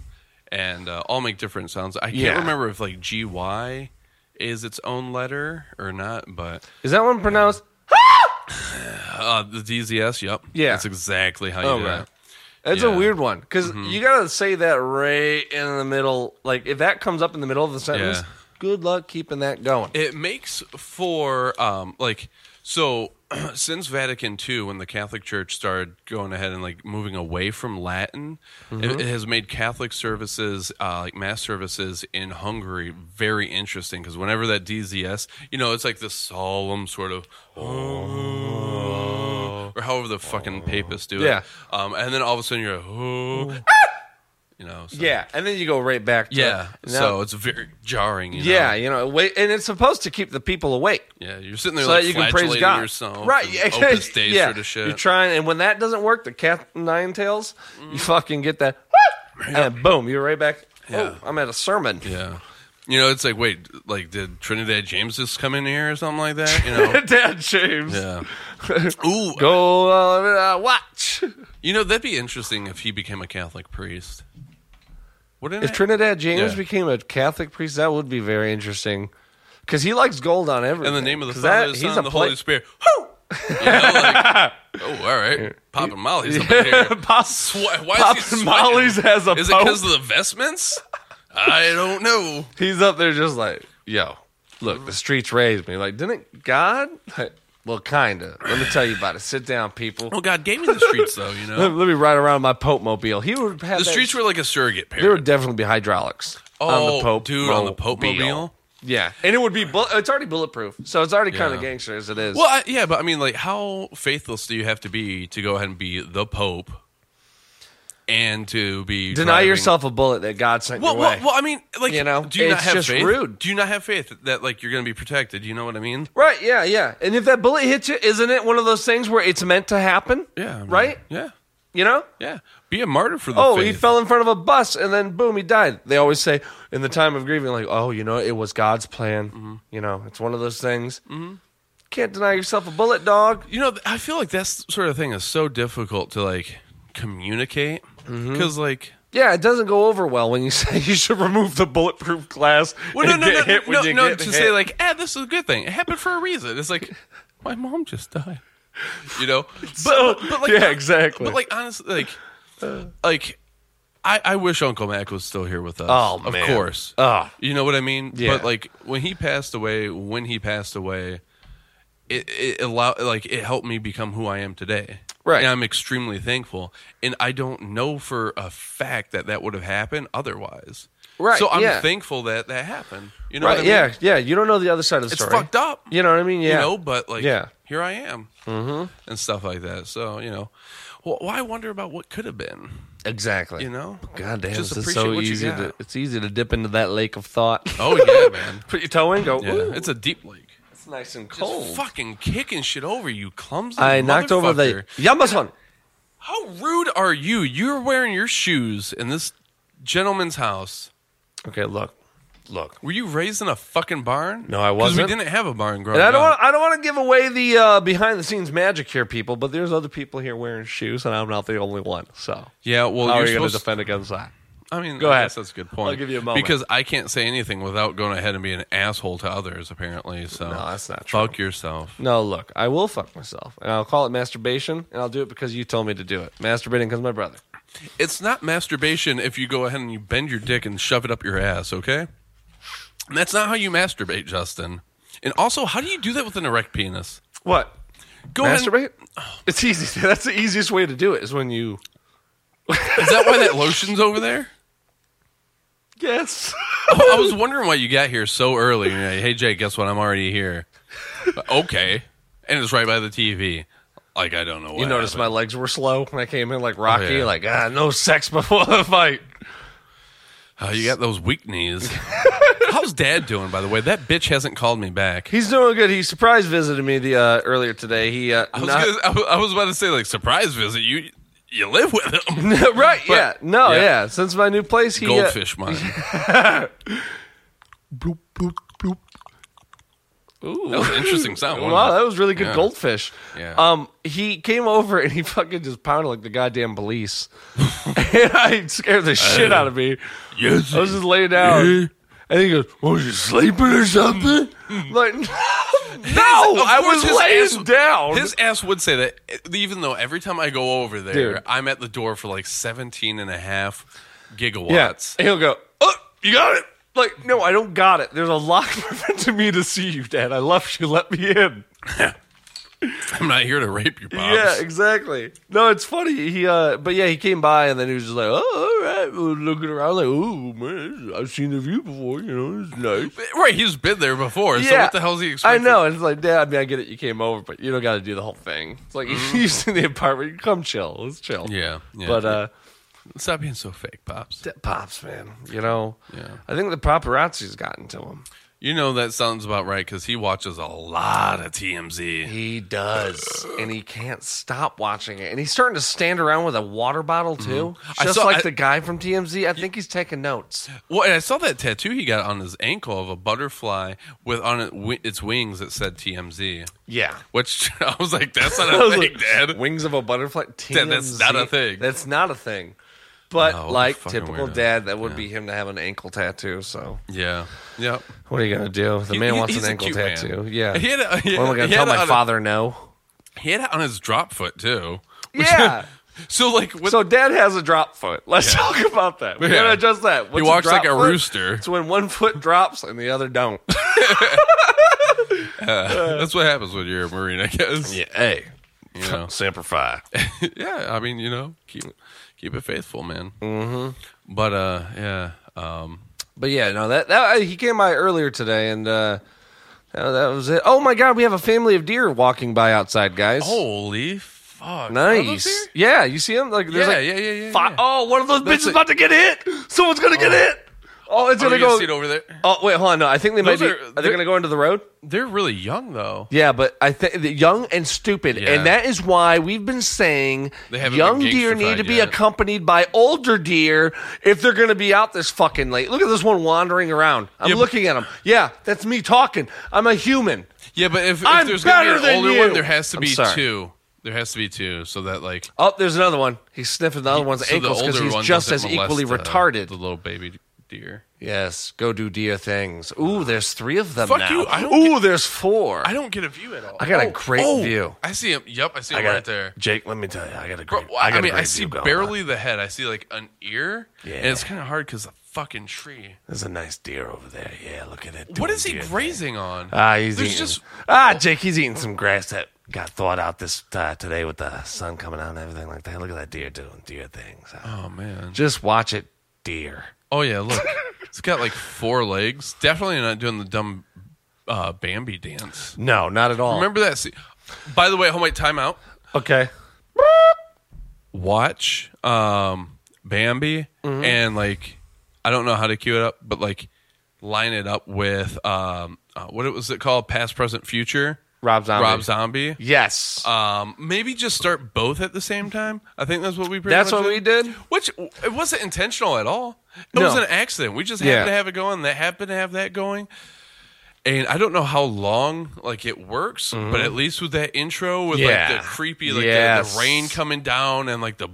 B: and uh, all make different sounds. I can't
A: Mm. Yeah.
B: remember if like GY is its own letter or not, but
A: Is that one pronounced?
B: uh, the DZS, yep,
A: Yeah. Oh,
B: that's exactly how you do
A: right.
B: it.
A: It's
B: Yeah. Mm-hmm.
A: a weird one because you gotta say that right in the middle. Like if that comes up in the middle of the sentence,
B: Yeah.
A: good luck keeping that going.
B: It makes for um, like so since Vatican II, when the Catholic Church started going ahead and like moving away from Latin,
A: Mm-hmm.
B: it, it has made Catholic services, uh, like mass services in Hungary, very interesting because whenever that DZS, you know, it's like this solemn sort of. "Oh," Or however the fucking papists do
A: Oh. Yeah.
B: it, um, and then all of a sudden you're, like, oh, you know, so,
A: yeah, and then you go right back. to
B: yeah.
A: Now-
B: so um, it's very jarring, you know?
A: yeah, you know, wait, and it's supposed to keep the people awake.
B: Yeah, you're sitting there
A: so
B: like
A: that you can praise
B: flagellating
A: God.
B: yourself,
A: right?
B: and
A: yeah,
B: Opus Dei
A: yeah.
B: sort of shit.
A: You're trying, and when that doesn't work, the cat nine tails, you fucking get that, and boom, you're right back.
B: Mm. Yeah.
A: Oh, I'm at a sermon.
B: yeah, you know, it's like, wait, like did Trinidad James just come in here or something like that? You know,
A: Dad James,
B: yeah. Ooh,
A: go uh, uh, watch.
B: you know, that'd be interesting if he became a Catholic priest. Wouldn't
A: If
B: it?
A: Trinidad James
B: Yeah.
A: became a Catholic priest, that would be very interesting. Because he likes gold on everything.
B: in the name of the
A: 'Cause
B: Father,
A: that-
B: the
A: he's
B: Son,
A: a
B: and the
A: pla-
B: Holy Spirit. Whoo! You know, like, oh, all right, popping molly's up in here.
A: Pos-
B: Why, why
A: Poppin'
B: is he sweating?
A: Molly's has a
B: Is it
A: pope.
B: because of the vestments? I don't know.
A: He's up there just like, yo, look, the streets raised me. Like, didn't God? Like, well, kinda. Let me tell you about it. Sit down, people.
B: Oh God, gave me the streets though. You
A: Let,
B: know,
A: let me ride around my Pope mobile. He would have
B: the
A: that-
B: streets were like a surrogate parent.
A: There would definitely be hydraulics on
B: Oh,
A: the Pope,
B: dude, on the Pope mobile?
A: Yeah, and it would be. Bu- it's already bulletproof, so it's already kind of
B: Yeah.
A: gangster as it is.
B: Well, I, yeah, but I mean, like, how faithless do you have to be to go ahead and be the Pope and to be
A: Deny
B: driving-
A: yourself a bullet that God sent
B: Well,
A: your way.
B: well, well, I mean, like,
A: You know?
B: do you not
A: It's
B: have
A: just
B: faith?
A: rude.
B: Do you not have faith that like you're going to be protected? You know what I mean?
A: Right, yeah, yeah. And if that bullet hits you, isn't it one of those things where it's meant to happen?
B: Yeah, I mean,
A: Right?
B: Yeah,
A: You know?
B: yeah. Be a martyr for the
A: Oh,
B: faith.
A: he fell in front of a bus and then boom, he died. They always say in the time of grieving, like, oh, you know, it was God's plan.
B: Mm-hmm.
A: You know, it's one of those things. Mm-hmm. Can't deny yourself a bullet, dog.
B: you know, th- I feel like that sort of thing is so difficult to like communicate because,
A: Mm-hmm.
B: like,
A: Yeah, it doesn't go over well when you say you should remove the bulletproof glass.
B: well, no,
A: and
B: no,
A: get
B: no,
A: hit when
B: no,
A: you
B: no,
A: get
B: to
A: hit.
B: say like, eh, this is a good thing. It happened for a reason. It's like my mom just died. You know,
A: So- yeah, exactly.
B: But like honestly, like, like I, I wish Uncle Mac was still here with us.
A: Oh,
B: of
A: man.
B: course.
A: Ah.
B: you know what I mean.
A: Yeah.
B: But like when he passed away, when he passed away, it, it allowed like it helped me become who I am today.
A: Right.
B: And I'm extremely thankful. And I don't know for a fact that that would have happened otherwise.
A: Right,
B: So I'm
A: yeah.
B: thankful that that happened. You know
A: Right?
B: what I mean?
A: Yeah, yeah. You don't know the other side of the
B: It's
A: story.
B: fucked up.
A: You know what I mean? Yeah.
B: You know, but like,
A: Yeah.
B: here I am, mm-hmm. and stuff like that. So you know, well, why wonder about what could have been?
A: exactly.
B: You know,
A: God damn,
B: Just
A: it's
B: appreciate
A: so
B: what you
A: easy.
B: got.
A: To, it's easy to dip into that lake of thought.
B: Oh yeah, man.
A: Put your toe in, go.
B: Yeah,
A: "Ooh,
B: it's a deep lake.
A: it's nice and
B: Just fucking kicking shit over you, clumsy.
A: I knocked over the
B: motherfucker.
A: Yamazon.
B: How rude are you? You're wearing your shoes in this gentleman's house.
A: Okay, look, look.
B: Were you raised in a fucking barn?
A: No, I
B: 'Cause
A: wasn't.
B: We didn't have a barn growing
A: And I don't
B: up.
A: want I don't want to give away the uh, behind the scenes magic here, people. But there's other people here wearing shoes, and I'm not the only one. So
B: yeah, well,
A: how
B: you're
A: are you going
B: supposed
A: to defend against that?
B: I mean,
A: Go
B: I
A: ahead.
B: guess that's a good point.
A: I'll give you a moment.
B: Because I can't say anything without going ahead and being an asshole to others, apparently. So
A: No, that's not
B: Fuck yourself.
A: No, look, I will fuck myself, and I'll call it masturbation, and I'll do it because you told me to do it. Masturbating because my brother.
B: It's not masturbation if you go ahead and you bend your dick and shove it up your ass, okay? And that's not how you masturbate, Justin. And also, how do you do that with an erect penis?
A: What?
B: Go ahead.
A: Masturbate? It's easy. That's the easiest way to do it is when you.
B: Is that why that lotion's over there?
A: Yes.
B: I was wondering why you got here so early. You're like, hey, Jake, guess what? I'm already here. okay. And it's right by the TV. Like, I don't know what
A: You noticed my
B: happened.
A: legs were slow when I came in, like Rocky,
B: yeah.
A: like ah, no sex before the fight.
B: Oh, you got those weak knees. How's dad doing, by the way? That bitch hasn't called me back.
A: He's doing good. He surprise visited me the uh, earlier today. He uh,
B: I was,
A: not-
B: gonna- I was- I was about to say, like, surprise visit. You you live with him.
A: right? yeah. No.
B: yeah.
A: Yeah. Since my new place, he uh,
B: Goldfish mine. bloop, bloop, bloop. Ooh. That was an interesting sound. wasn't
A: Wow,
B: it?
A: that was really good
B: Yeah.
A: goldfish.
B: Yeah.
A: Um, he came over and he fucking just pounded like the goddamn police. and I scared the shit out of me.
B: Uh, Yes.
A: I was just laying down. And he goes, "Was you sleeping or
B: Mm.
A: something?" I'm like, no,
B: of
A: I
B: course
A: was
B: oh, his
A: laying
B: ass-
A: down.
B: His ass would say that, eh, even though every time I go over there,
A: Dude.
B: I'm at the door for like 17 and a half
A: yeah,
B: gigawatts.
A: and he'll go, "Oh, you got it." Like, no, I don't got it. There's a lock preventing me to see you, Dad. I left you. Let me in.
B: I'm not here to rape your pops.
A: Yeah, exactly. No, it's funny. He, uh, but yeah, he came by and then he was just like, "Oh, all right," looking around like, "Oh man, I've seen the view before. You know, it's nice."
B: Right, he's been there before. So
A: yeah,
B: what the hell's he
A: I
B: expecting?
A: know. And it's like, Dad, I mean, I get it. You came over, but you don't got to do the whole thing. It's like you've seen the apartment. You come chill. Let's chill.
B: Mm. Yeah, yeah.
A: But uh,
B: stop being so fake, pops.
A: that pops, man. You know.
B: Yeah.
A: I think the paparazzi's gotten to him.
B: You know that sounds about right because he watches a lot of TMZ.
A: He does, and he can't stop watching it. And he's starting to stand around with a water bottle too,
B: Mm-hmm. I
A: just
B: saw-
A: like
B: I-
A: the guy from TMZ. I think he's taking notes.
B: Well, and I saw that tattoo he got on his ankle of a butterfly with on it, wi- its wings that said TMZ.
A: Yeah.
B: Which I was like, that's not
A: I
B: a
A: was
B: thing,
A: like,
B: Dad.
A: Wings of a butterfly.
B: Dad, that's
A: TMZ.
B: not a thing.
A: That's not a thing. But
B: No, what a
A: like
B: fucking
A: typical
B: weirdo.
A: dad, that would be him to have an ankle tattoo. So
B: Yeah. Yep.
A: what are you gonna do? The man
B: he-
A: wants
B: he's
A: an
B: a
A: ankle
B: cute man.
A: tattoo. Yeah.
B: He had a- he
A: what am I
B: had-
A: gonna
B: he
A: tell
B: had
A: my
B: a-
A: father? no.
B: He had it on his drop foot too.
A: Yeah.
B: So like, with,
A: so dad has a drop foot. Let's talk about that. We're
B: Yeah.
A: gonna adjust that. What's
B: walks like
A: drop
B: a
A: foot?
B: rooster.
A: It's when one foot drops and the other don't.
B: that's what happens when you're a marine, I guess.
C: Yeah, hey,
B: You know.
C: Semper Fi.
B: yeah. I mean, you know, keep keep it faithful, man. Mm-hmm. But uh, yeah. Um,
A: But yeah, no, that, that I- he came by earlier today, and uh, that, that was it. Oh my God, we have a family of deer walking by outside, guys.
B: holy fuck! Are Oh, those
A: nice.
B: here?
A: Yeah, you see them? Like, there's
B: Yeah,
A: like
B: yeah, yeah, yeah,
A: fi-
B: yeah.
A: Oh, one of those
B: That's
A: bitches
B: it.
A: about to get hit. Someone's gonna get hit. Oh, it's
B: Oh,
A: gonna
B: you guys
A: go.
B: see it over there.
A: Oh wait, hold on. No, I think they might
B: Those
A: be.
B: are-
A: Are, they
B: they're-
A: gonna go into the road?
B: They're really young though.
A: Yeah, but I think young and stupid,
B: Yeah.
A: and that is why we've been saying
B: They haven't
A: young
B: been
A: deer need to be
B: gangsterfied yet.
A: accompanied by older deer if they're going to be out this fucking late. Look at this one wandering around. I'm
B: Yeah, but-
A: looking at him. Yeah, that's me talking. I'm a human.
B: Yeah, but if, if
A: I'm
B: there's gonna
A: better
B: be an
A: than
B: older
A: you.
B: one, there has to
A: I'm
B: be
A: sorry.
B: two. There has to be two, so that like
A: Oh, there's another one. He's sniffing the other one's
B: so the
A: ankles because
B: older
A: he's
B: one
A: just as
B: doesn't
A: equally
B: molest, uh,
A: retarded.
B: The little baby deer.
A: yes, go do deer things. Ooh, there's three of them
B: Ah.
A: now.
B: Fuck you, I don't
A: Ooh, there's four.
B: I don't get a view at all.
A: I got a
B: Oh,
A: great
B: oh,
A: view.
B: I see him. Yep, I see him
C: got
B: right there.
C: Jake, let me tell you, I got a
B: Bro,
C: great.
B: I,
C: got a
B: mean, I
C: great
B: see
C: view going on.
B: barely the head. I see like an ear,
C: Yeah.
B: and it's kind of hard because the fucking tree.
C: There's a nice deer over there. Yeah, look at it.
B: What
C: doing
B: is he
C: deer
B: grazing on?
C: Ah, he's
B: There's
C: eating.
B: just
C: ah, Jake, he's eating some grass that got thawed out this uh, today with the sun coming out and everything like that. Look at that deer doing deer things. Uh,
B: oh man,
A: Just watch it, deer.
B: Oh yeah, look, it's got like four legs. Definitely not doing the dumb uh, Bambi dance.
A: No, not at all.
B: Remember that? scene? By the way, homemade timeout.
A: Okay.
B: Watch um, Bambi
A: Mm-hmm.
B: and like I don't know how to cue it up, but like line it up with um, uh, what was it called? Past, present, future.
A: Rob Zombie.
B: Rob Zombie.
A: Yes.
B: Um, maybe just start both at the same time. I think that's what we. Pretty
A: That's
B: much
A: what we did.
B: Which it wasn't intentional at all. It
A: No.
B: was an accident. We just
A: Yeah.
B: happened to have it going. That happened to have that going. And I don't know how long like it works, but at least with that intro with
A: Mm-hmm. Yeah.
B: like the creepy like the,
A: Yes.
B: the rain coming down and like the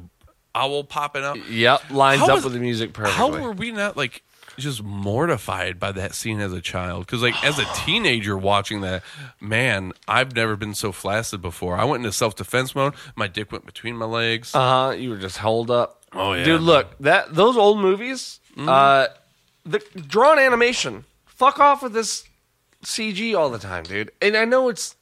B: owl popping up.
A: yep. Lines
B: How
A: up
B: is-
A: with the music perfectly.
B: How were we not like just mortified by that scene as a child? Because like as a teenager watching that, man, I've never been so flaccid before. I went into self defense mode. My dick went between my legs.
A: Uh huh. You were just held up.
B: Oh, yeah, Mm-hmm.
A: dude.
B: man.
A: Look that those old movies. Uh, the drawn animation. Fuck off with this CG all the time, dude. And I know it's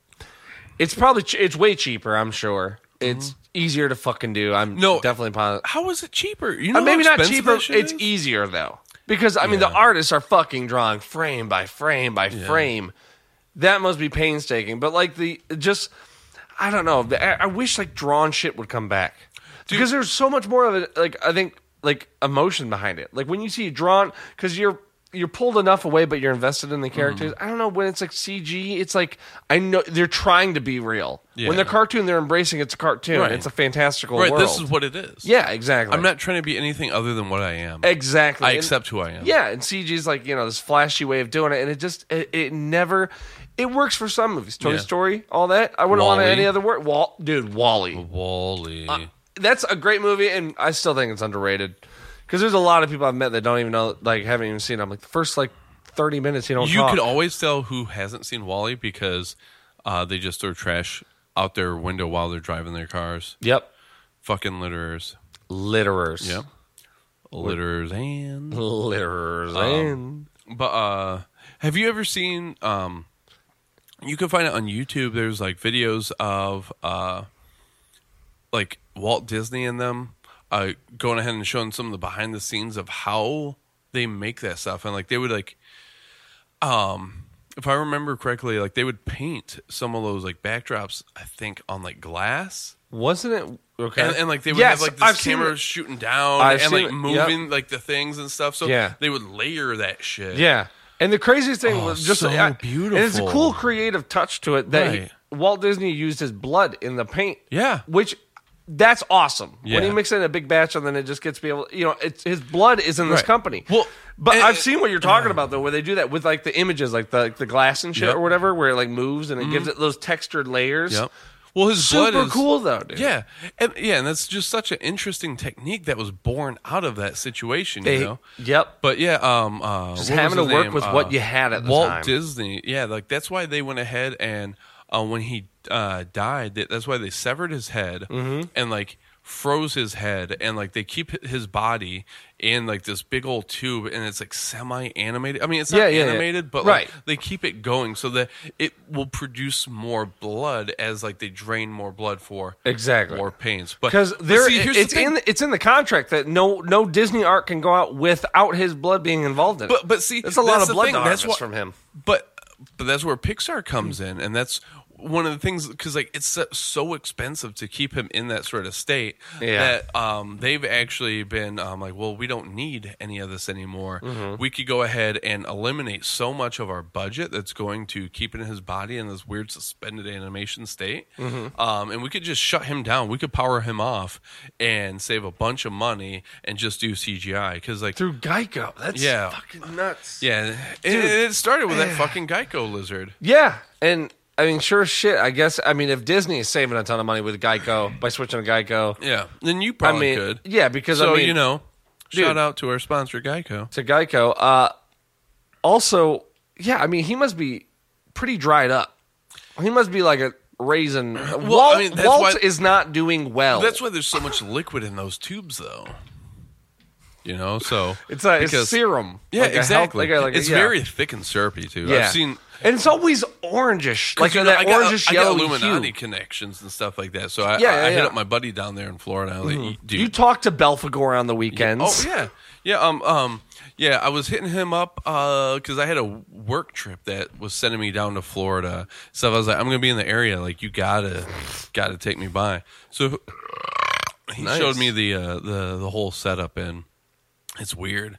A: it's probably ch- it's way cheaper. I'm sure it's easier to fucking do. I'm
B: Mm-hmm. No.
A: definitely positive.
B: How is it cheaper? You know,
A: Uh, maybe
B: how
A: not
B: expensive
A: cheaper.
B: that shit
A: It's
B: is?
A: easier though, because I mean the artists are fucking drawing frame by frame by frame. That must be painstaking. But like the just, I don't know. The- I, I wish like drawn shit would come back because there's so much more of it. Like I think like emotion behind it. Like when you see drawn, because you're. You're pulled enough away, but you're invested in the
B: Mm-hmm.
A: characters. I don't know when it's like CG. It's like I know they're trying to be real.
B: Yeah.
A: When they're cartoon, they're embracing it's a cartoon.
B: Right.
A: It's a fantastical
B: right.
A: world.
B: This is what it is.
A: yeah, exactly.
B: I'm not trying to be anything other than what I am.
A: Exactly.
B: I
A: And-
B: accept who I am.
A: Yeah, and CG's like, you know, this flashy way of doing it and it just it, it never it works for some movies. Toy
B: Yeah.
A: Story, all that. I wouldn't want
B: Wall-E.
A: any other word. Wall dude, Wally.
B: Wally.
A: Uh, That's a great movie and I still think it's underrated. Cuz there's a lot of people I've met that don't even know like haven't even seen it. I'm like the first like 30 minutes you don't
B: you
A: talk.
B: could always tell who hasn't seen Wally because uh, they just throw trash out their window while they're driving their cars.
A: Yep.
B: Fucking litterers.
A: Litterers.
B: Yep. Litterers and
A: Litterers.
B: Um,
A: and-
B: but uh have you ever seen um you can find it on YouTube there's like videos of uh like Walt Disney and them uh going ahead and showing some of the behind the scenes of how they make that stuff and like they would like um if I remember correctly like they would paint some of those like backdrops I think on like glass
A: Wasn't it okay?
B: and, and like they would
A: Yes,
B: have like this
A: I've seen
B: camera
A: it.
B: shooting down
A: I've
B: and
A: seen
B: like
A: it, yep.
B: moving like the things and stuff. So
A: Yeah.
B: they would layer that shit.
A: Yeah. And the craziest thing
B: Oh,
A: was just
B: so
A: I- And it's a
B: beautiful.
A: cool creative touch to it that he-
B: Right.
A: Walt Disney used his blood in the paint.
B: Yeah.
A: Which that's awesome. When
B: Yeah.
A: he mixes in a big batch and then it just gets be able you know, it's his blood is in this
B: Right.
A: company.
B: Well,
A: but
B: and- uh,
A: I've seen what you're talking about though, where they do that with like the images, like the like the glass and shit
B: Yep. Mm-hmm.
A: or whatever, where it like moves and it gives it those textured layers.
B: Yep. Well, his blood
A: Super
B: is
A: cool though, dude.
B: Yeah, and yeah, and that's just such an interesting technique that was born out of that situation.
A: They-
B: you know.
A: Yep.
B: But yeah, um, uh,
A: Just
B: what was
A: having to
B: his
A: work
B: name?
A: with
B: Uh,
A: what you had at the
B: Walt
A: time.
B: Disney. Yeah, like that's why they went ahead and uh, when he uh, died, that- that's why they severed his head
A: Mm-hmm.
B: and like froze his head and like they keep hi- his body in like this big old tube and it's like semi animated. I mean, it's not
A: Yeah, yeah, yeah.
B: animated, but
A: Right.
B: like they keep it going so that it will produce more blood as like they drain more blood for
A: Exactly.
B: more pains. But
A: Because
B: but
A: there,
B: see, here's the
A: it's
B: thing.
A: in it's in the contract that no no Disney art can go out without his blood being involved in it.
B: But but see,
A: that's a lot of
B: the
A: blood
B: thing.
A: to
B: That's
A: harvest
B: what-
A: from him.
B: But but that's where Pixar comes in, and that's one of the things because like it's so- so expensive to keep him in that sort of state
A: Yeah.
B: that um, they've actually been um, like, well, we don't need any of this anymore.
A: Mm-hmm.
B: We could go ahead and eliminate so much of our budget that's going to keeping his body in this weird suspended animation state,
A: Mm-hmm.
B: um, and we could just shut him down. We could power him off and save a bunch of money and just do CGI because like
A: through Geico. That's
B: Yeah.
A: fucking nuts.
B: yeah, it, it started with that fucking Geico lizard.
A: Yeah, and I mean, sure as shit. I guess I mean, if Disney is saving a ton of money with Geico by switching to Geico,
B: Yeah, then you
A: I
B: probably
A: mean,
B: could.
A: yeah, because
B: so
A: I mean,
B: you know,
A: Dude.
B: shout out to our sponsor Geico.
A: to Geico. Uh, also, yeah, I mean, he must be pretty dried up. He must be like a raisin. Walt,
B: I mean, that's
A: Walt
B: why-
A: is not doing well.
B: That's why there's so much liquid in those tubes, though. You know, so
A: It's a, it's
B: because-
A: serum.
B: Yeah,
A: Like a health-
B: exactly.
A: like a- like a-
B: it's
A: yeah.
B: very thick and syrupy too.
A: Yeah.
B: I've seen
A: And it's always orangish, like
B: you know,
A: that
B: I got,
A: orangish
B: I got
A: yellow
B: Illuminati
A: hue.
B: connections and stuff like that. So I,
A: Yeah,
B: I,
A: yeah, Mm-hmm.
B: I hit
A: yeah.
B: up my buddy down there in Florida. I was like, dude,
A: You talk to Belphegor on the weekends.
B: Oh yeah, yeah. Um, um, yeah. I was hitting him up because I had a work trip that was sending me down to Florida. So I was like, I'm gonna be in the area. Like, you gotta, gotta take me by. So he
A: Nice.
B: showed me the uh, the the whole setup, and it's weird,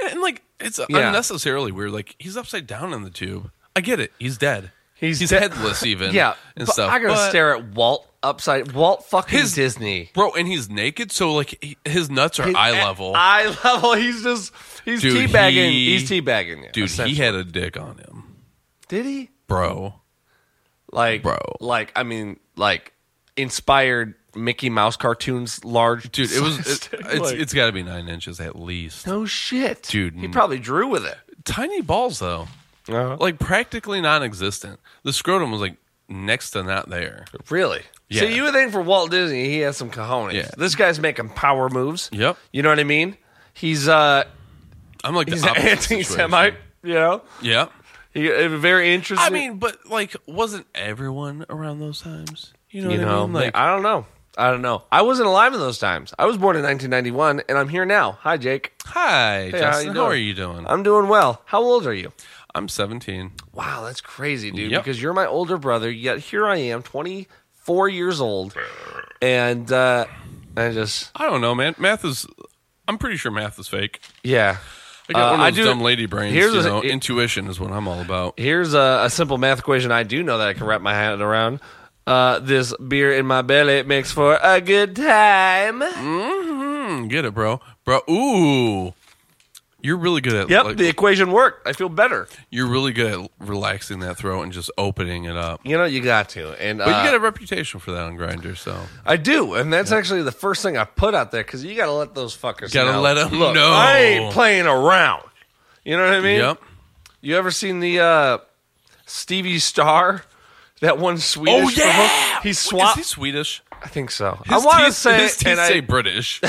B: and, and, like it's
A: Yeah.
B: unnecessarily weird. Like he's upside down in the tube. I get it. He's dead.
A: He's
B: he's
A: de-
B: headless even.
A: Yeah,
B: and
A: but
B: stuff.
A: I gotta
B: But-
A: stare at Walt upside. Walt fucking
B: His-
A: Disney.
B: Bro, and he's naked, so like he- his nuts are eye level.
A: Eye level. He's just he's
B: Dude,
A: teabagging.
B: he-
A: he's teabagging you.
B: Dude, he
A: essentially.
B: had a dick on him.
A: did he
B: bro.
A: like
B: Bro.
A: like I mean like inspired Mickey Mouse cartoons large
B: Dude, it was. It,
A: Like-
B: it's it's got to be nine inches at least.
A: no shit
B: Dude,
A: He
B: n-
A: probably drew with it.
B: Tiny balls though, like practically non-existent. The scrotum was like next to not there.
A: Really?
B: Yeah.
A: So you would think for Walt Disney, he has some cojones.
B: Yeah.
A: This guy's making power moves.
B: Yep.
A: You know what I mean? He's uh,
B: I'm like the
A: he's an
B: opposite
A: anti-Semite.
B: situation.
A: You know,
B: Yeah,
A: he, uh, very interesting.
B: I mean, but like, wasn't everyone around those times? You know,
A: you
B: what
A: know,
B: I mean? Like,
A: I don't know. I don't know. I wasn't alive in those times. I was born in 1991, and I'm here now. Hi, Jake.
B: hi,
A: Hey, how you
B: Justin, how, are
A: doing?
B: you doing?
A: I'm doing well. How old are you?
B: I'm 17.
A: Wow, that's crazy, dude.
B: Yep.
A: Because you're my older brother. Yet here I am, 24 years old, and uh, I just
B: I don't know, man. Math is. I'm pretty sure math is fake.
A: yeah.
B: I got
A: Uh,
B: one of
A: I
B: those
A: do-
B: dumb lady brains.
A: here's
B: you
A: a-
B: know,
A: it-
B: intuition is what I'm all about.
A: Here's a, a simple math equation I do know that I can wrap my hand around. Uh, this beer in my belly it makes for a good time.
B: Mm, get it, bro, bro. Ooh, you're really good at
A: Yep,
B: like,
A: the equation worked. I feel better.
B: You're really good at relaxing that throat and just opening it up.
A: You know, you got to. And uh,
B: But you got a reputation for that on Grinder, so
A: I do, and that's actually the first thing I put out there because you got to let those fuckers.
B: Gotta
A: know.
B: let 'em
A: Look,
B: know.
A: I ain't playing around. You know what I mean?
B: yep.
A: You ever seen the uh, Stevie Star? That one Swedish. promo? he
B: Oh, Is
A: swapped.
B: he Swedish?
A: I think so.
B: His
A: I want to
B: teeth-
A: say,
B: his teeth
A: and I-
B: say British.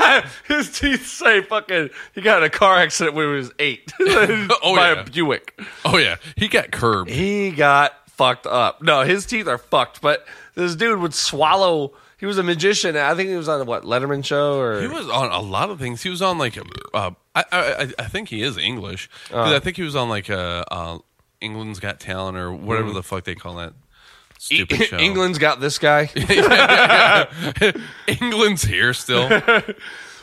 A: his teeth say fucking he got in a car accident when he was eight
B: Oh,
A: by
B: yeah.
A: a Buick.
B: oh yeah, he got curbed.
A: He got fucked up. No, his teeth are fucked, but this dude would swallow he was a magician. I think he was on the what, Letterman show or
B: He was on a lot of things. He was on like, uh, I, I I think he is English 'Cause I think he was on like uh, uh, England's Got Talent or whatever the fuck they call that stupid show.
A: England's got this guy.
B: England's here still.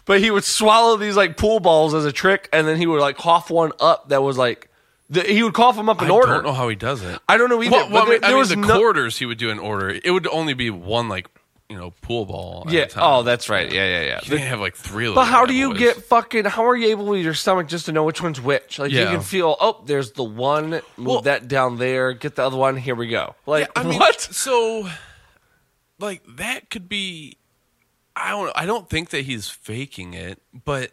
A: but he would swallow these like pool balls as a trick and then he would like cough one up that was like th- he would cough them up in
B: I
A: order.
B: don't know how he does it.
A: I don't know either.
B: Well, well,
A: but
B: I mean,
A: there, there
B: I mean,
A: was
B: the
A: no,
B: quarters he would do in order. It would only be one like you know pool ball. At
A: Yeah.
B: a time.
A: Oh, that's right. Yeah, yeah, yeah.
B: They have like three. of
A: But
B: those
A: how
B: bad
A: do you
B: boys.
A: get fucking? How are you able with your stomach just to know which one's which? Like you
B: Yeah.
A: can feel. Oh, there's the one. Move
B: Well-
A: that down there. Get the other one. Here we go.
B: Yeah,
A: Like
B: I mean,
A: what?
B: So, like that could be. I don't. I don't think that he's faking it, but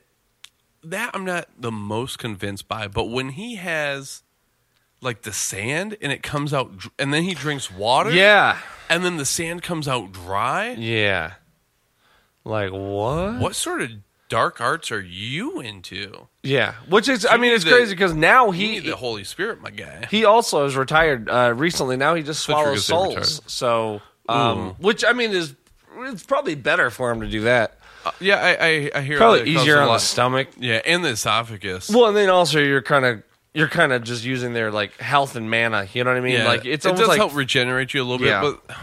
B: that I'm not the most convinced by. But when he has like the sand and it comes out, dr- and then he drinks water.
A: Yeah,
B: and then the sand comes out dry.
A: yeah. Like what?
B: What sort of dark arts are you into?
A: Yeah. Which is, I mean,
B: need
A: it's
B: the-
A: crazy because now
B: You
A: he
B: need the Holy Spirit, my guy.
A: he also is retired uh, recently. Now he just
B: you were
A: swallows
B: gonna say
A: souls. So, um, which I mean is it's probably better for him to do that.
B: uh, Yeah, I, I, I hear
A: Probably
B: that it causes
A: easier
B: a
A: on the
B: lot-
A: stomach.
B: Yeah, and the esophagus.
A: Well, and then also you're kind of you're kind of just using their like health and mana. You know what I mean?
B: yeah,
A: Like it's
B: it
A: almost
B: does
A: like
B: help regenerate you a little bit.
A: Yeah.
B: But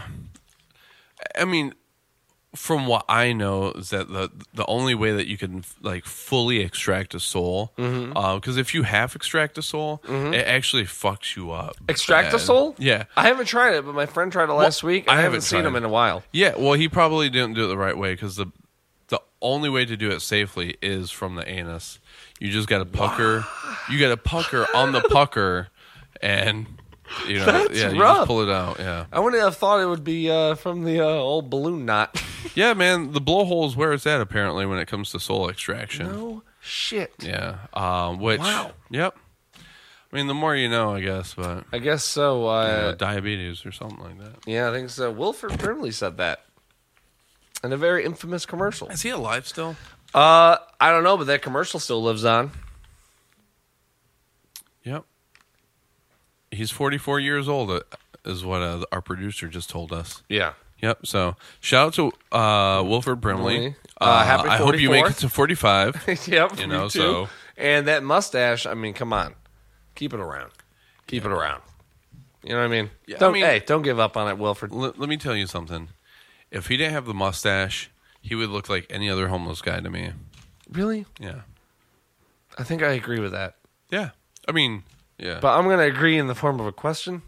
B: I mean, from what I know, is that the the only way that you can like fully extract a soul, because
A: Mm-hmm.
B: if you half extract a soul, it actually fucks you up.
A: extract a
B: bad.
A: soul.
B: Yeah.
A: I haven't tried it, but my friend tried it last
B: Well,
A: week.
B: I
A: I, haven't
B: haven't
A: seen
B: tried
A: him
B: it.
A: in a while.
B: Yeah, well, he probably didn't do it the right way because the the only way to do it safely is from the anus. You just got to pucker. You got to pucker on the pucker, and you know,
A: That's
B: yeah, you
A: rough.
B: just pull it out. Yeah,
A: I wouldn't have thought it would be uh, from the uh, old balloon knot.
B: yeah, man. The blowhole is where it's at apparently when it comes to soul extraction.
A: oh shit!
B: Yeah, um, which
A: Wow.
B: yep. I mean, the more you know, I guess, but
A: I guess so. Uh,
B: you know, diabetes or something like that.
A: yeah, I think so. Wilford Brimley said that in a very infamous commercial.
B: Is he alive still?
A: Uh, I don't know, but that commercial still lives on.
B: Yep. he's 44 years old, uh, is what uh, our producer just told us.
A: Yeah.
B: Yep. So shout out to uh, Wilford Brimley.
A: Brimley. Uh, happy
B: I hope you make it
A: 44th.
B: to 45.
A: yep.
B: You know,
A: me too.
B: so-
A: and that mustache. I mean, come on, keep it around. Keep it around. You know what I mean?
B: Yeah, I
A: don't,
B: mean-
A: hey, don't give up on it, Wilford.
B: L- let me tell you something. If he didn't have the mustache, he would look like any other homeless guy to me.
A: Really?
B: Yeah.
A: I think I agree with that.
B: Yeah. I mean, yeah.
A: But I'm going to agree in the form of a question.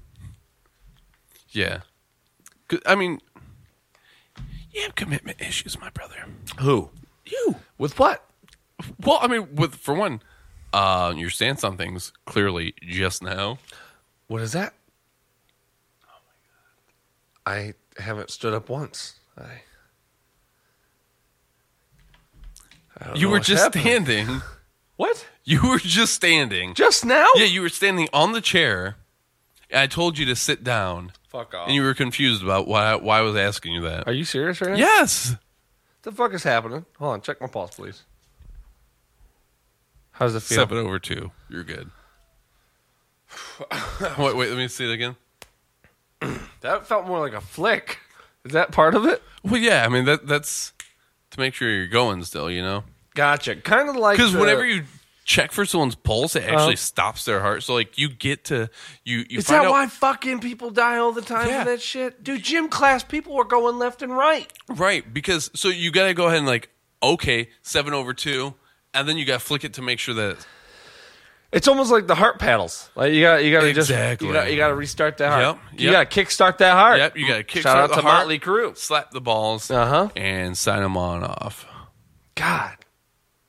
B: yeah. 'Cause- I mean, you have commitment issues, my brother.
A: Who?
B: You.
A: With what?
B: Well, I mean, with for one, uh, your stance on things clearly just now.
A: What is that? Oh my god! I haven't stood up once. I. I don't
B: You
A: know
B: were
A: what's
B: just
A: happening.
B: standing.
A: What?
B: You were just standing.
A: Just now?
B: Yeah, you were standing on the chair. And I told you to sit down,
A: Fuck off.
B: and you were confused about why why I was asking you that.
A: Are you serious right now?
B: Yes.
A: The fuck is happening? Hold on, check my pulse, please. How's it feel?
B: Seven over two. You're good. wait, wait. Let me see it again.
A: That felt more like a flick. Is that part of it?
B: Well, yeah. I mean, that that's to make sure you're going still. You know,
A: Gotcha. Kind of like
B: because
A: the-
B: whenever you check for someone's pulse, it actually
A: uh, Uh-huh.
B: stops their heart. So like, you get to you. you
A: Is
B: find
A: that
B: out,
A: why fucking people die all the time
B: Yeah.
A: for that shit? Dude, gym class people were going left and right.
B: Right, because so you gotta go ahead and like, okay, seven over two, and then you gotta flick it to make sure that
A: It's almost like the heart paddles. Like you got you got to just
B: Exactly.
A: you got you got to restart that heart.
B: Yep,
A: You
B: yep.
A: got to kickstart that heart.
B: yep, you gotta kick
A: Shout out
B: the
A: to
B: heart,
A: Motley Crue.
B: slap the balls,
A: Uh-huh.
B: and sign them on off.
A: God,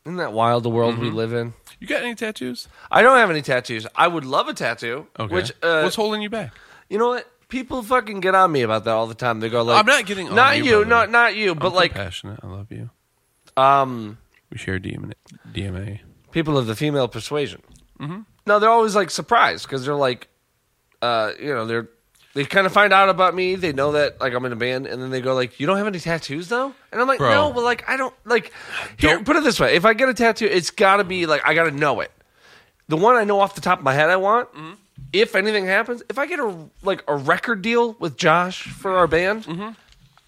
A: isn't that wild the world
B: Mm-hmm.
A: we live in?
B: You got any tattoos?
A: I don't have any tattoos. I would love a tattoo.
B: Okay,
A: Which uh,
B: what's holding you back?
A: you know what? People fucking get on me about that all the time. They go like,
B: I'm not getting on
A: not
B: you,
A: you,
B: brother.
A: not not you, but
B: I'm
A: like
B: passionate. I love you.
A: um
B: We share DMA. DMA.
A: people of the female persuasion.
B: Mm-hmm.
A: No, they're always like surprised because they're like, uh, you know, they're they kind of find out about me. They know that like I'm in a band, and then they go like, "You don't have any tattoos though," and I'm like,
B: Bro.
A: "No, but like I don't like." Here, put it this way: if I get a tattoo, it's got to be like I got to know it. The one I know off the top of my head, I want.
B: Mm-hmm.
A: If anything happens, if I get a like a record deal with Josh for our band.
B: Mm-hmm.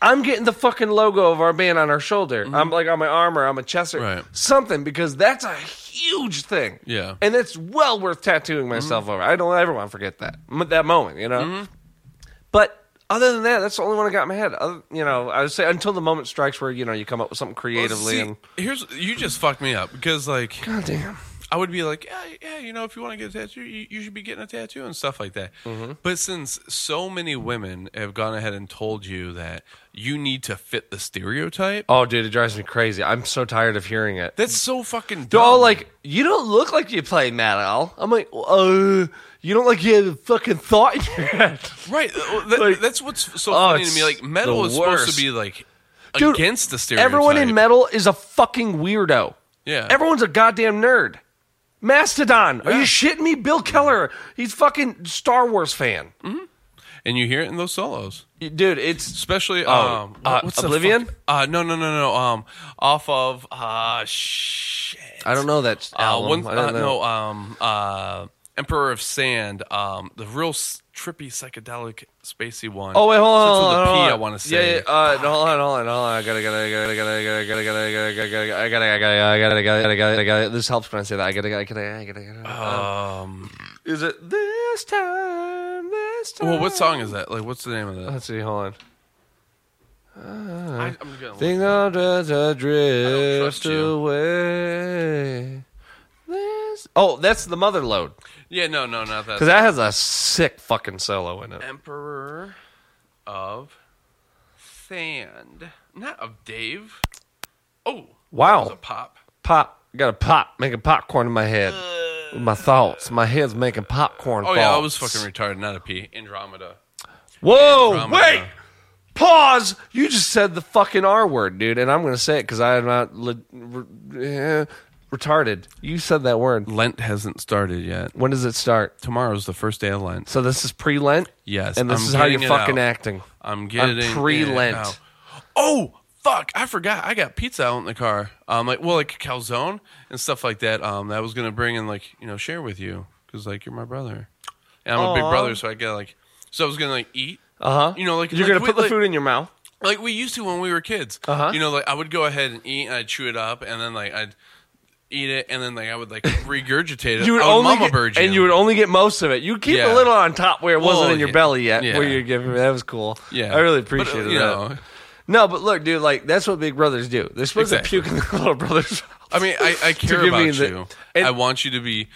A: I'm getting the fucking logo of our band on our shoulder. I'm like on my arm or on my chest or
B: Mm-hmm. Right.
A: something because that's a huge thing.
B: Yeah.
A: And it's well worth tattooing myself over. I don't ever want to forget that m- that moment, you know. But other than that, that's the only one I got in my head. Other, you know, I would say until the moment strikes where you know you come up with something creatively
B: See,
A: and
B: here's you just fucked me up because like
A: God damn.
B: I would be like, yeah, yeah, you know, if you want to get a tattoo, you, you should be getting a tattoo and stuff like that.
A: Mm-hmm.
B: But since so many women have gone ahead and told you that you need to fit the stereotype,
A: Oh, dude, it drives me crazy. I'm so tired of hearing it. Um,
B: that's so fucking
A: They're
B: dumb.
A: all like, "You don't look like you play metal." I'm like, "Uh, you don't like you have a fucking thought in your head."
B: right? uh, that-
A: like-
B: that's what's so
A: Oh,
B: funny to
A: it's
B: me. Like metal
A: the
B: is supposed
A: worst.
B: to be like
A: Dude,
B: against the stereotype.
A: Everyone in metal is a fucking weirdo.
B: Yeah.
A: Everyone's a goddamn nerd. Mastodon. Are
B: Yeah.
A: you shitting me? Bill Keller. He's fucking Star Wars fan.
B: and you hear it in those solos,
A: Dude, it's
B: especially um,
A: uh,
B: what- what's the fuck-
A: Oblivion?
B: uh, no, no, no, no. Um, off of uh, shit.
A: I don't know that
B: Uh,
A: album.
B: one,
A: I don't
B: uh,
A: know.
B: no, um, uh, Emperor of Sand, um, the real s- trippy psychedelic spacey one.
A: Oh wait, hold on.
B: Starts
A: hold on,
B: with a P,
A: hold on.
B: I want to say.
A: Yeah, yeah uh, no, hold on, hold on, hold on. I gotta, gotta, gotta, gotta, gotta, gotta, gotta, gotta, gotta, gotta, I gotta, I gotta, I gotta, I gotta, I gotta, I gotta. This helps when I say that. I gotta, I gotta, I gotta, I gotta. uh,
B: Um,
A: Is it this time? This time.
B: well, what song is that? Like, what's the name of that?
A: Let's see. Hold on.
B: I, I'm gonna look.
A: Thing of the
B: trust
A: drift
B: you.
A: away. This- Oh, that's the mother load
B: Yeah, no, no, not that.
A: because that has a sick fucking solo in it.
B: Uh, Emperor of Sand, not of Dave. Oh, that was a
A: Wow,
B: pop.
A: pop! Got a pop, making popcorn in my head. With my thoughts, my head's making popcorn.
B: Uh, Oh yeah, I was
A: thoughts.
B: fucking retarded. Not a P. Andromeda.
A: Whoa!
B: Andromeda.
A: Wait, pause. You just said the fucking R word, dude, and I'm gonna say it because I am not le- re- eh, retarded. You said that word.
B: Lent hasn't started yet.
A: When does it start?
B: Tomorrow's the first day of Lent.
A: So this is pre-Lent.
B: Yes,
A: and this
B: I'm
A: is how you're
B: getting it
A: fucking
B: out.
A: acting.
B: I'm getting it
A: pre-Lent.
B: now. Oh fuck! I forgot. I got pizza out in the car. Um, like well, like calzone and stuff like that. Um, that I was gonna bring and like you know share with you because like you're my brother, and And I'm a big
A: Aw.
B: brother, so I get like, so I was gonna like eat.
A: Uh huh.
B: You know, like-
A: you're
B: like
A: gonna
B: we-
A: put the
B: like-
A: food in your mouth.
B: like we used to when we were kids.
A: Uh-huh.
B: You know, like I would go ahead and eat, and I'd chew it up, and then like I'd eat it, and then like I would like regurgitate it.
A: You would
B: I would
A: only
B: mama
A: get,
B: bird
A: and you would only get most of it. You keep
B: Yeah.
A: a little on top where it wasn't
B: Well,
A: in your
B: yeah.
A: belly yet.
B: Yeah.
A: Where you're giving me that was cool.
B: Yeah.
A: I really
B: But, uh,
A: appreciated
B: you
A: that.
B: know.
A: No, but look, dude, like that's what big brothers do. They're supposed
B: Exactly.
A: to puke in the little brothers. mouth.
B: I mean, I, I care
A: give me
B: about
A: the-
B: you.
A: and-
B: I want you to be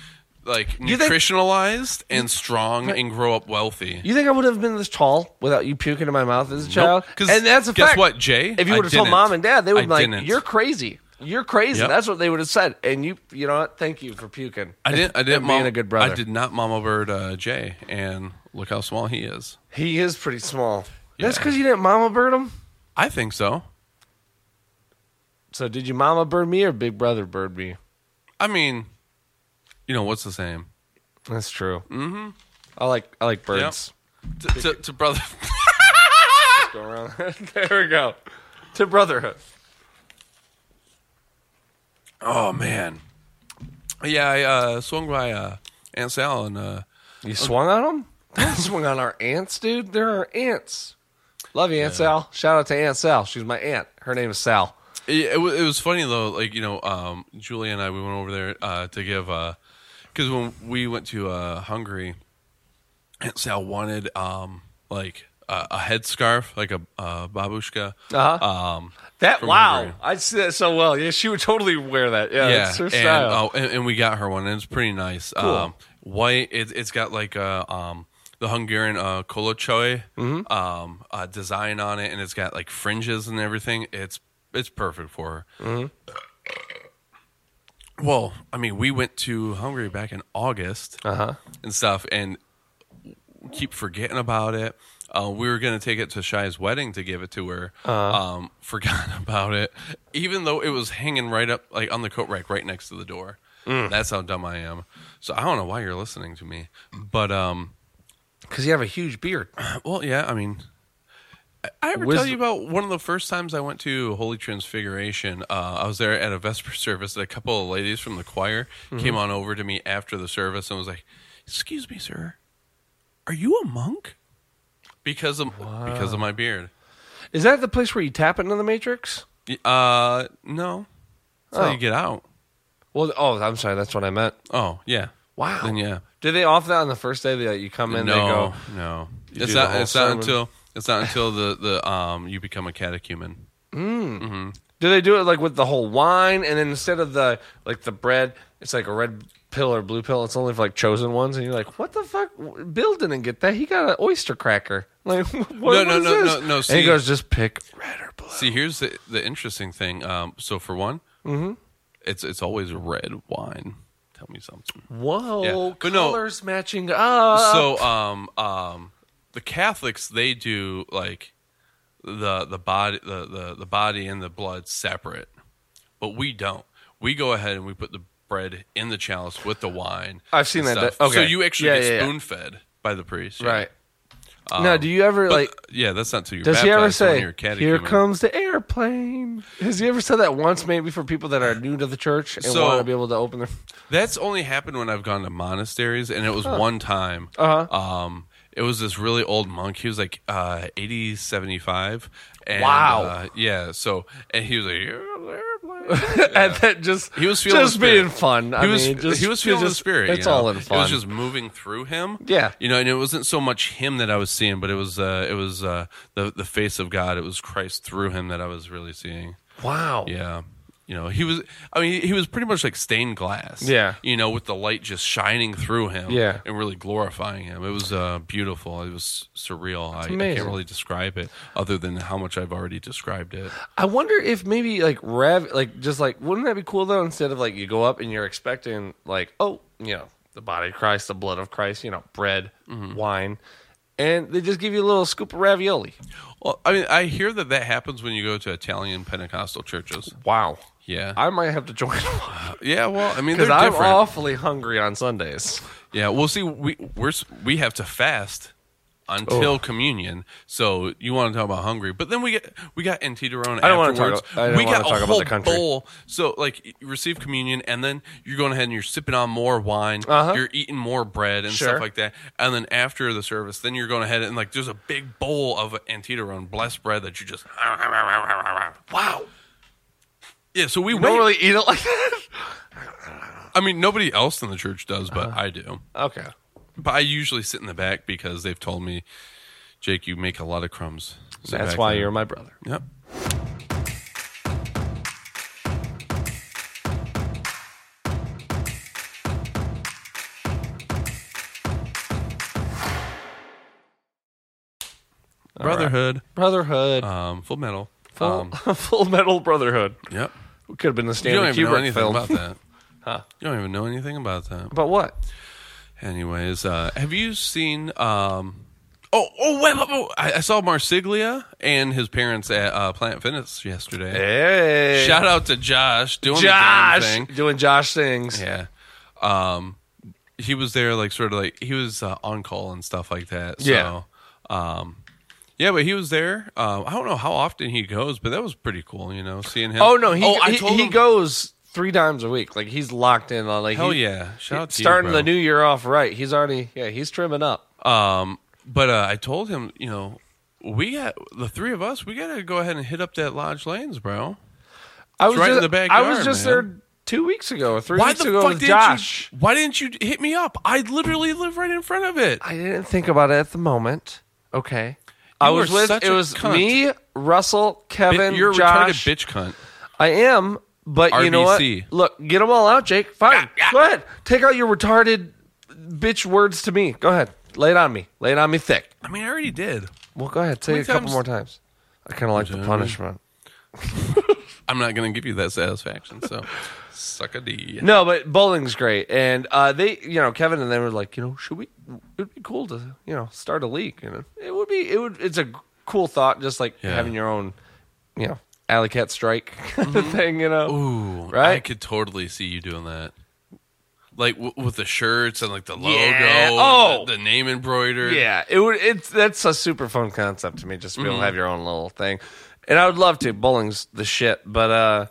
B: like
A: You think-
B: nutritionalized and strong and grow up wealthy.
A: You think I would have been this tall without you puking in my mouth as a child?
B: Nope. 'Cause
A: and that's a
B: guess
A: fact.
B: what, Jay?
A: If you
B: I
A: would have told
B: didn't.
A: mom and dad, they would have
B: I
A: been like,
B: didn't.
A: "You're crazy. You're crazy."
B: Yep.
A: That's what they would have said. And you, you know what? Thank you for puking.
B: I didn't. I didn't.
A: being
B: mom-
A: a good brother.
B: I did not mama bird uh, Jay, and look how small he is.
A: He is pretty small. That's
B: Yeah.
A: because you didn't mama bird him.
B: I think so.
A: So did you mama bird me or big brother bird me?
B: I mean, you know what's the same
A: That's true. Mm-hmm. I like I like birds.
B: to, to, to brother.
A: Go around. there we go. To brotherhood.
B: oh man, yeah. I uh, swung by uh, Aunt Sal and uh,
A: You swung on them? Don't swing on our ants, dude. They're our ants. Love you, Aunt Sal. Shout out to Aunt Sal. She's my aunt. Her name is Sal.
B: It, it, wa- it was funny though, like you know, um, Julie and I we went over there uh, to give because when we went to uh, Hungary, Aunt Sal wanted um, like a a headscarf, like a uh, babushka.
A: Uh-huh.
B: Um,
A: That
B: From
A: wow,
B: Hungary.
A: I see that so well. Yeah, she would totally wear that. Yeah,
B: yeah,
A: that's her
B: and,
A: style.
B: oh, and, and we got her one, and it's pretty nice. Um, white. It, it's got like a, um, the Hungarian uh, kolochoy
A: Mm-hmm.
B: um, uh, design on it, and it's got like fringes and everything. It's it's perfect for her.
A: Mm-hmm.
B: Well, I mean, we went to Hungary back in August
A: Uh-huh.
B: and stuff, and keep forgetting about it. Uh, we were going to take it to Shai's wedding to give it to her. Um, forgot about it, even though it was hanging right up, like on the coat rack, right next to the door. That's how dumb I am. So I don't know why you're listening to me, but um,
A: Because oh. you have a huge beard.
B: well, yeah, I mean, I, I ever
A: Wis-
B: tell you about one of the first times I went to Holy Transfiguration? Uh, I was there at a Vesper service, and a couple of ladies from the choir
A: Mm-hmm.
B: came on over to me after the service and was like, "Excuse me, sir, are you a monk?" Because of because of my beard.
A: Is that the place where you tap into the matrix?
B: Y- Uh, no, that's
A: Oh.
B: how you get out.
A: Well, oh, I'm sorry, that's what I meant.
B: Oh, yeah.
A: Wow.
B: Then yeah.
A: Did they offer that on the first day that you come in? They
B: no,
A: go,
B: no.
A: You
B: It's
A: do the
B: not.
A: whole
B: It's not
A: sermon.
B: until it's not until the the um you become a catechumen.
A: Do they do it like with the whole wine, and then instead of the like the bread, it's like a red pill or blue pill. It's only for like chosen ones, and you're like, what the fuck? Bill didn't get that. He got an oyster cracker. Like, what, no,
B: no, no, no, no,
A: and
B: see-
A: he goes, just pick red or blue.
B: See, here's the the interesting thing. Um, so for one,
A: Mm-hmm.
B: it's it's always red wine. Tell me something.
A: Whoa,
B: Yeah, but no.
A: colors matching up.
B: so um um the Catholics they do like the the body the, the the body and the blood separate, but we don't. We go ahead and we put the bread in the chalice with the wine.
A: I've seen
B: and
A: that.
B: stuff.
A: Okay.
B: So you actually
A: Yeah,
B: get
A: yeah, yeah.
B: spoon fed by the priest, yeah.
A: right. now, do you ever
B: Um, But,
A: like?
B: yeah, that's not till you're.
A: Does he ever
B: baptized, so when
A: say,
B: you're a
A: "Here
B: catechumen-
A: comes the airplane"? Has he ever said that once? Maybe for people that are new to the church and
B: So-
A: want to be able to open their.
B: That's only happened when I've gone to monasteries, and it was one time.
A: Uh-huh.
B: Um, it was this really old monk. He was like uh, 80, 75. And,
A: Wow.
B: Uh, yeah. So, and he was like, "Yeah, yeah, yeah."
A: and then just
B: he was feeling
A: just
B: the spirit.
A: being fun.
B: He
A: I
B: was
A: mean, just,
B: he was feeling
A: just,
B: the spirit.
A: It's
B: you know?
A: all in fun.
B: It was just moving through him.
A: Yeah.
B: you know, and it wasn't so much him that I was seeing, but it was uh, it was uh, the the face of God. It was Christ through him that I was really seeing.
A: wow.
B: Yeah. You know, he was, I mean, he was pretty much like stained glass.
A: Yeah.
B: You know, with the light just shining through him.
A: Yeah.
B: And really glorifying him. It was uh, beautiful. It was surreal. I, I can't
A: amazing.
B: really describe it other than how much I've already described it.
A: I wonder if maybe like rev, like just like wouldn't that be cool though? Instead of like you go up and you're expecting like oh you know the body of Christ, the blood of Christ, you know bread, wine, and they just give you a little scoop of ravioli.
B: Well, I mean, I hear that that happens when you go to Italian Pentecostal churches.
A: Wow.
B: Yeah.
A: I might have to join
B: yeah. Well, I mean, they're
A: because I'm
B: different.
A: awfully hungry on Sundays.
B: Yeah. Well, see, we, we're, s- we have to fast
A: Oh.
B: until communion. So you want to talk about hungry, but then we get we got Antidorone
A: don't wanna
B: afterwards.
A: talk about- I don't
B: we
A: wanna
B: got
A: talk
B: a
A: about
B: whole
A: the country.
B: bowl. So like you receive communion, and then you're going ahead and you're sipping on more wine.
A: Uh-huh.
B: You're eating more bread and
A: Sure.
B: stuff like that. And then after the service, then you're going ahead and like there's a big bowl of Antidorone blessed bread that you just wow. Yeah, so we wait.
A: Don't really eat it like that.
B: I mean, nobody else in the church does, but
A: Uh-huh.
B: I do.
A: Okay.
B: But I usually sit in the back because they've told me, Jake, you make a lot of crumbs. Sit
A: That's
B: back
A: why
B: there."
A: you're my brother.
B: Yep. Brotherhood,
A: Brotherhood.
B: um, Full Metal,
A: full,
B: Um,
A: full Metal Brotherhood.
B: yep.
A: We could have been the
B: You don't
A: Stanley
B: even know
A: Kubrick
B: anything
A: film.
B: about that.
A: Huh.
B: You don't even know anything about that.
A: But what?
B: Anyways, uh, have you seen? Um, oh, oh, wait, wait, wait, I, I saw Marsiglia and his parents at uh, Planet Fitness yesterday.
A: Hey.
B: Shout out to Josh doing the
A: Josh
B: damn thing.
A: doing Josh things.
B: Yeah, um, he was there, like sort of like he was uh, on call and stuff like that. So,
A: Yeah.
B: um, yeah, but he was there. Um, I don't know how often he goes, but that was pretty cool. You know, seeing him.
A: Oh no, he
B: I
A: he,
B: told
A: he
B: him-
A: goes three times a week. Like he's locked in on like
B: Hell
A: he-
B: yeah! Shout out to you,
A: starting
B: bro.
A: the new year off right. He's already yeah, he's trimming up.
B: Um, but uh, I told him, you know, we got the three of us. We got to go ahead and hit up that Lodge Lanes, bro.
A: I was
B: right in
A: just,
B: the
A: I was
B: backyard,
A: just
B: man.
A: there two weeks ago or three
B: Why
A: weeks
B: the
A: ago
B: fuck
A: with
B: didn't
A: Josh.
B: you? Why didn't you hit me up? I literally live right in front of it.
A: I didn't think about it at the moment. Okay. I
B: You
A: was
B: are
A: with
B: such
A: it
B: a
A: was
B: cunt.
A: me, Russell, Kevin,
B: You're a
A: Josh.
B: retarded bitch cunt.
A: I am, but you know what?
B: RBC.
A: Look, get them all out, Jake. Fine. Go ahead. Take out your retarded bitch words to me. Go ahead. Lay it on me. Lay it on me thick.
B: I mean, I already did.
A: Well, go ahead. Say
B: many
A: it a couple
B: times-
A: more times. I kind of like the punishment.
B: I'm not going to give you that satisfaction. So, suck a D.
A: No, but bowling's great, and uh, they, you know, Kevin and they were like, you know, should we? It would be cool to, you know, start a league, and it- it would be, it would, it's a cool thought, just like
B: Yeah.
A: having your own, you know, alley cat strike kind of thing, you know.
B: Mm-hmm. Ooh, I
A: Right?
B: could totally see you doing that. Like w- with the shirts and like the logo,
A: Yeah.
B: and
A: Oh.
B: the, the name embroidered.
A: Yeah, it would. It's that's a super fun concept to me. Just to be able
B: Mm-hmm.
A: to have your own little thing, and I would love to. Bowling's the shit, but uh,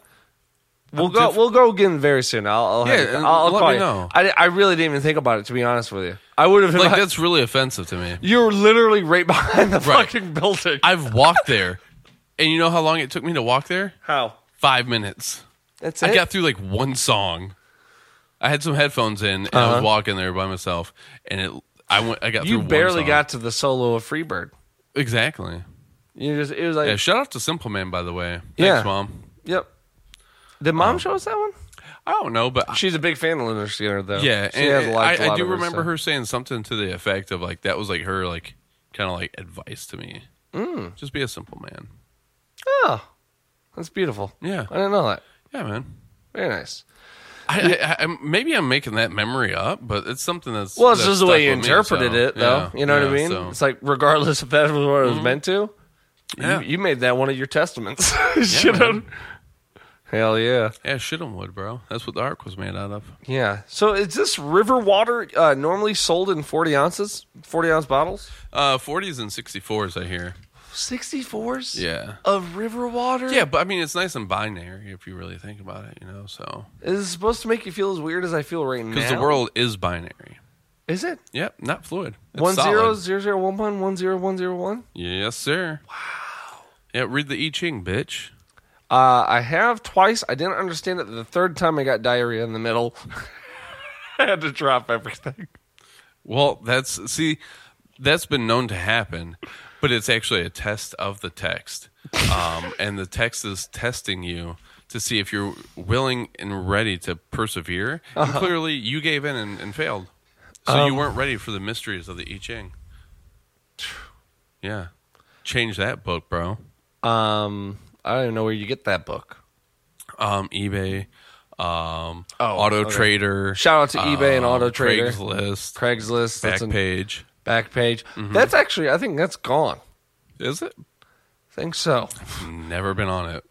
A: we'll go.
B: diff-
A: we'll go again very soon. I'll. I'll have
B: Yeah,
A: you-
B: and
A: I'll, I'll
B: let
A: call
B: me
A: you.
B: know.
A: I, I really didn't even think about it to be honest with you. I would have been
B: like
A: like,
B: that's really offensive to me.
A: you were literally right behind the
B: Right.
A: fucking building.
B: I've walked there, and you know how long it took me to walk there?
A: How?
B: Five minutes.
A: That's it.
B: I got through like one song. I had some headphones in, and I was walking there by myself, and it. I went. I got
A: Uh-huh. you
B: through.
A: barely
B: one song.
A: got to the solo of Freebird.
B: exactly.
A: You just it was like
B: Yeah, shout out to Simple Man, by the way.
A: Yeah.
B: Thanks, mom.
A: yep. Did
B: Um,
A: mom show us that one?
B: I don't know, but
A: She's a big fan of Leonard Skinner, though.
B: yeah,
A: she has
B: and
A: liked a
B: I,
A: lot
B: I do
A: of
B: remember
A: stuff.
B: her saying something to the effect of like that was like her like kind of like advice to me. Mm. Just be a simple man.
A: Oh, that's beautiful.
B: Yeah,
A: I didn't know that.
B: yeah, man.
A: Very nice.
B: I, I, I, maybe I'm making that memory up, but it's something that's
A: Well, it's
B: that's
A: just the way you
B: stuck with me,
A: interpreted
B: so,
A: it, though.
B: yeah,
A: you know what I
B: yeah,
A: mean?
B: so. Mm-hmm.
A: It's like regardless if that was what it was meant to,
B: Yeah.
A: you, you made that one of your testaments. You know? Hell yeah.
B: Yeah, shit on wood, bro. That's what the ark was made out of.
A: Yeah. So is this river water uh, normally sold in 40 ounces, 40 ounce bottles?
B: Uh, 40s and 64s, I hear.
A: 64s?
B: Yeah.
A: Of river water?
B: Yeah, but I mean, it's nice and binary if you really think about it, you know. So,
A: Is it supposed to make you feel as weird as I feel right now?
B: because the world is binary.
A: Is it?
B: Yep, not fluid. It's
A: One zero
B: solid.
A: zero zero one one one zero one zero one.
B: Yes, sir. Wow. Yeah, read the I Ching, bitch.
A: Uh, I have twice. I didn't understand it the third time. I got diarrhea in the middle. I had to drop everything.
B: Well, that's see, that's been known to happen, but it's actually a test of the text, um, and the text is testing you to see if you're willing and ready to persevere.
A: Uh-huh.
B: And clearly, you gave in and, and failed, so
A: Um,
B: you weren't ready for the mysteries of the I Ching. Yeah, change that book, bro.
A: Um, I don't even know where you get that book.
B: Um, eBay, um,
A: Oh,
B: Auto
A: okay.
B: Trader.
A: Shout out to eBay and
B: um,
A: Auto Trader.
B: Craigslist,
A: Craigslist, that's in-
B: Backpage.
A: Backpage. That's actually, Mm-hmm. I think that's gone.
B: Is it?
A: I think so.
B: Never been on it.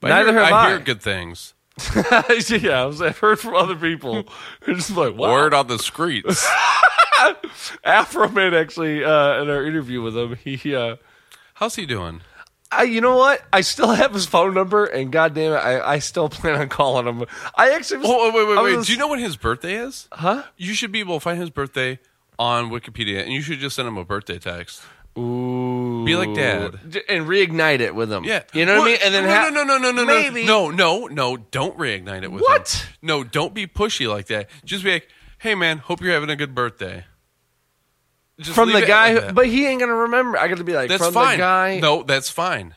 B: But
A: Neither
B: I hear,
A: have
B: hear
A: I.
B: good things.
A: yeah, I was, I've heard from other people. It's just like, wow.
B: Word on the streets.
A: Afroman actually uh, in our interview with him, he, uh,
B: How's he doing?
A: I, you know what? I still have his phone number, and goddamn it, I, I still plan on calling him. I actually, was,
B: Oh, wait, wait,
A: I
B: wait.
A: was-
B: Do you know when his birthday is?
A: Huh?
B: You should be able to find his birthday on Wikipedia, and you should just send him a birthday text.
A: Ooh.
B: Be like dad.
A: J- and reignite it with him.
B: Yeah,
A: you know what I
B: Well,
A: mean. And then
B: no,
A: ha-
B: no, no, no, no, no,
A: maybe.
B: no, no, no. Don't reignite it with
A: What?
B: Him. No, don't be pushy like that. Just be like, "Hey, man, hope you're having a good birthday." Just
A: from
B: leave
A: the
B: it at
A: guy,
B: that.
A: who, but he ain't gonna remember. I got to be like
B: that's
A: from
B: fine.
A: the guy.
B: No, that's fine.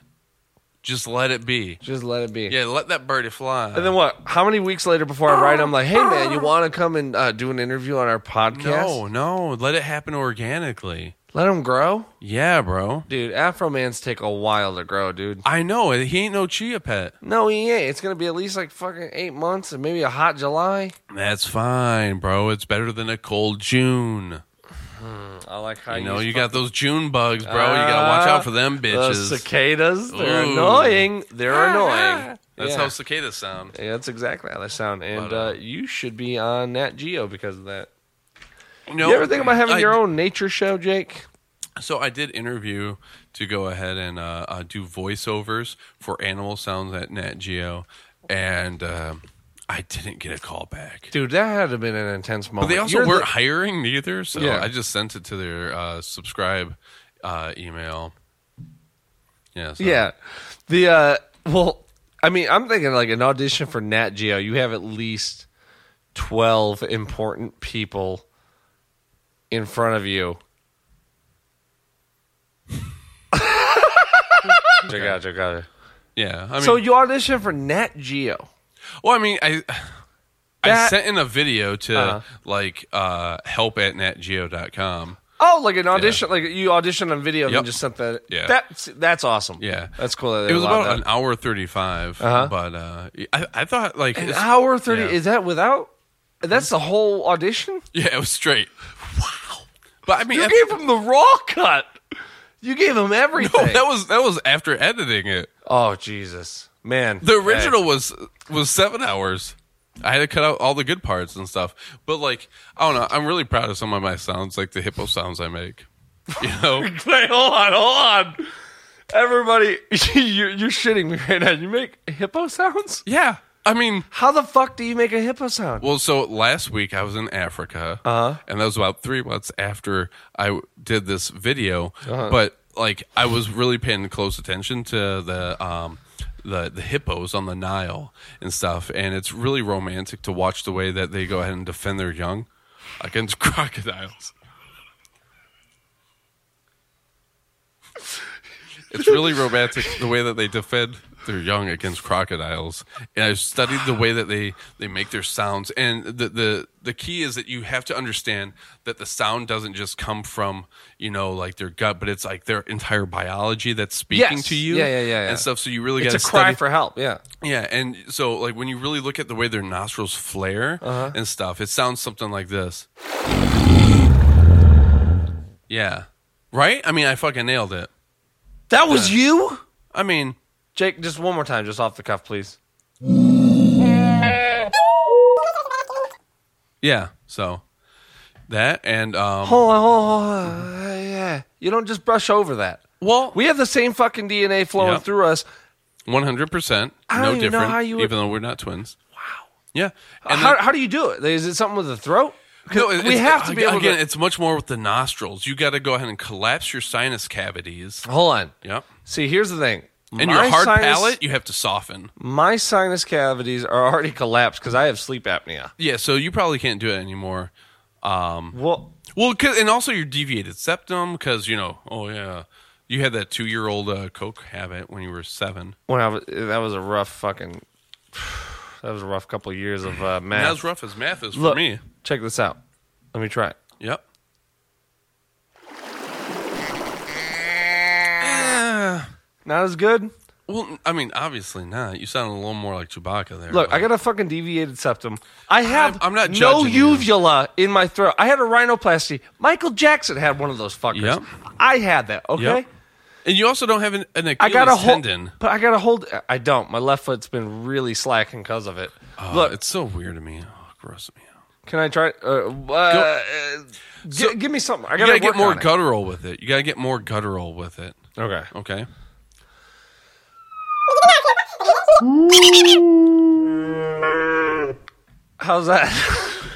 B: Just let it be.
A: just let it be.
B: Yeah, let that birdie fly.
A: And then what? How many weeks later before I write, I'm like, hey man, you want to come and uh, do an interview on our podcast?
B: no, no, let it happen organically.
A: Let him grow,
B: Yeah, bro.
A: dude. Afro mans take a while to grow, dude.
B: I know he ain't no chia pet.
A: No, he ain't. It's gonna be at least like fucking eight months and maybe a hot July.
B: That's fine, bro. It's better than a cold June.
A: I like how
B: You know, you got those June bugs, bro. you gotta watch out for them bitches.
A: Ah, The cicadas, they're
B: Ooh. Ah.
A: annoying. They're annoying.
B: That's
A: yeah.
B: how cicadas sound.
A: Yeah, that's exactly how they sound. And
B: But, uh,
A: uh, you should be on Nat Geo because of that.
B: No,
A: You ever think about having
B: I-
A: your own nature show, Jake?
B: So I did interview to go ahead and uh, uh, do voiceovers for animal sounds at Nat Geo, and um, I didn't get a call back.
A: Dude, that had to have been an intense
B: But
A: moment.
B: they also
A: You're
B: weren't
A: the-
B: hiring neither, so
A: Yeah.
B: I just sent it to their uh, subscribe uh, email. Yeah. So.
A: yeah. The uh well, I mean, I'm thinking like an audition for Nat Geo, you have at least 12 important people in front of you. check out, check out.
B: Yeah. I mean,
A: so you audition for Nat Geo.
B: Well, I mean, I I
A: That-
B: sent in a video to
A: Uh-huh.
B: like uh, help at natgeo.com.
A: Oh, like an audition, like you auditioned on video
B: Yep.
A: and just sent that.
B: Yeah.
A: That's that's awesome.
B: Yeah.
A: that's cool. that they
B: It was
A: allowed
B: about
A: that.
B: an hour 35,
A: Uh-huh.
B: but uh, I, I thought like
A: An
B: it's-
A: hour thirty.
B: yeah.
A: Is that without? That's the whole audition.
B: Yeah, it was straight. Wow. But I mean,
A: You
B: at-
A: gave him the raw cut. You gave him everything.
B: no, that was that was after editing it.
A: oh Jesus, man.
B: The original was was seven hours. I had to cut out all the good parts and stuff. But like, I don't know. I'm really proud of some of my sounds, like the hippo sounds I make. You know,
A: Hey, wait, hold on, hold on. Everybody, you're, you're shitting me right now. You make hippo sounds?
B: yeah. I mean,
A: How the fuck do you make a hippo sound?
B: Well, so last week I was in Africa, uh and that was about three months after I w- did this video. But like, I was really paying close attention to the um, the the hippos on the Nile and stuff, and it's really romantic to watch the way that they go ahead and defend their young against crocodiles. It's really romantic the way that they defend their young against crocodiles. And I've studied the way that they, they make their sounds. And the, the, the key is that you have to understand that the sound doesn't just come from, you know, like their gut, but it's like their entire biology that's speaking
A: Yes.
B: to you.
A: Yeah, yeah, yeah, yeah.
B: And stuff. So you really
A: it's
B: got
A: a
B: to
A: cry
B: study.
A: for help. Yeah.
B: yeah. And so, like, when you really look at the way their nostrils flare
A: Uh-huh.
B: and stuff, it sounds something like this. Yeah. Right? I mean, I fucking nailed it.
A: That was you,
B: I mean,
A: Jake. Just one more time, just off the cuff, please.
B: Yeah. So that and um
A: Hold on, hold on, hold on. Uh, Oh, yeah. You don't just brush over that.
B: well
A: We have the same fucking DNA flowing
B: Yep.
A: through us.
B: one hundred percent
A: I don't
B: no
A: even know
B: different
A: how you would-
B: even though we're not twins. Wow. Yeah. And
A: how,
B: then-
A: how do you do it? Is it something with the throat? 'Cause
B: no, it-
A: we
B: it's-
A: have to be able
B: again,
A: to.
B: it's much more with the nostrils. You got to go ahead and collapse your sinus cavities.
A: Hold on.
B: Yep.
A: See, here's the thing.
B: And
A: My
B: your hard
A: sinus-
B: palate, you have to soften.
A: My sinus cavities are already collapsed because I have sleep apnea.
B: Yeah, so you probably can't do it anymore. Um,
A: Well,
B: well, 'cause- and also your deviated septum, because you know, oh yeah, you had that two-year-old uh, coke habit when you were seven.
A: when I was, that was a rough fucking. That was a rough couple of years of uh, math.
B: And as rough as math is for
A: Look,
B: me.
A: check this out. Let me try it.
B: Yep.
A: Ah. Not as good.
B: Well, I mean, obviously not. You sound a little more like Chewbacca there.
A: Look,
B: but-
A: I got a fucking deviated septum. I have
B: I'm not
A: no
B: judging you.
A: uvula in my throat. I had a rhinoplasty. Michael Jackson had one of those fuckers.
B: Yep.
A: I had that, okay?
B: Yep. And you also don't have an, an Achilles
A: I got a hold,
B: tendon.
A: but I got to hold. I don't. My left foot's been really slacking because of it.
B: Oh,
A: Look,
B: it's so weird to me. Oh, gross me out.
A: can I try? Uh, uh, gi- give me something. I
B: You
A: gotta,
B: gotta get
A: work
B: more
A: on it.
B: guttural with it. You gotta get more guttural with it.
A: Okay.
B: Okay.
A: How's that,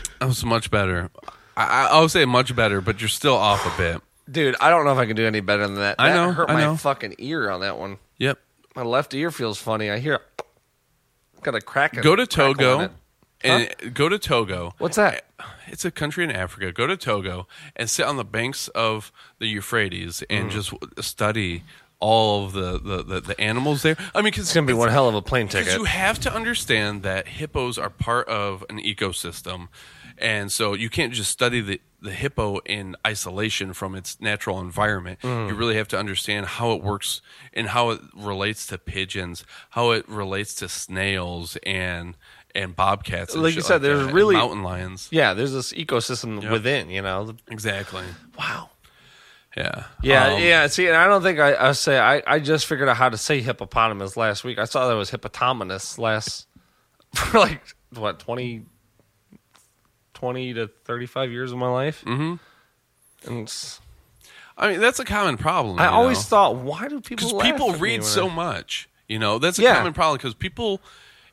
B: That was much better. I, I, I would say much better, but you're still off a bit.
A: dude? I don't know if I can do any better than that.
B: I
A: That
B: know,
A: Hurt
B: I
A: my
B: know.
A: fucking ear on that one.
B: Yep.
A: My left ear feels funny. I hear. Got a crack. in-
B: Go to
A: crackle in
B: Togo
A: it.
B: and go to Togo.
A: What's that?
B: It's a country in Africa. Go to Togo and sit on the banks of the Euphrates
A: Mm.
B: and just study all of the, the, the, the animals there. I mean, because
A: It's gonna be one hell of a plane
B: Because
A: ticket.
B: you have to understand that hippos are part of an ecosystem, and so you can't just study the the hippo in isolation from its natural environment.
A: Mm.
B: You really have to understand how it works and how it relates to pigeons, how it relates to snails and and bobcats. And
A: Like
B: shit
A: you said, there's
B: that, and
A: really-
B: mountain lions.
A: yeah, there's this ecosystem within. You know.
B: Exactly.
A: Wow.
B: Yeah.
A: Yeah,
B: Um,
A: yeah. See, and I don't think I, I say I, I just figured out how to say hippopotamus last week. I saw that it was hippopotamus last for like what 20, 20 to thirty five years of my life. Mm-hmm. And it's-
B: I mean, that's a common problem.
A: I
B: you
A: always
B: know?
A: thought, why do people?
B: because
A: laugh
B: people
A: at me
B: read
A: when
B: so
A: I-
B: much. You know, that's a
A: Yeah.
B: common problem because people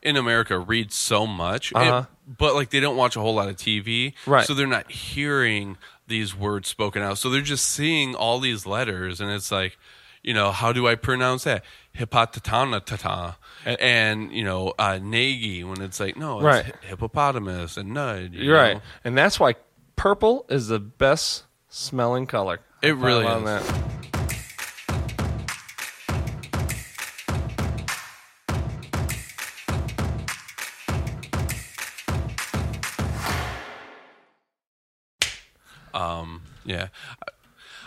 B: in America read so much, and-
A: Uh-huh.
B: but like they don't watch a whole lot of TV,
A: Right.
B: So they're not hearing these words spoken out. So they're just seeing all these letters, and it's like, you know, how do I pronounce that? Hippotatana tata, and you know, uh, nagy when it's like no, it's
A: Eh. Right.
B: hi- hippopotamus and nud. you
A: You're right,
B: know?
A: and that's why purple is the best smelling color.
B: It
A: I thought
B: really
A: about
B: is.
A: that.
B: Yeah. I-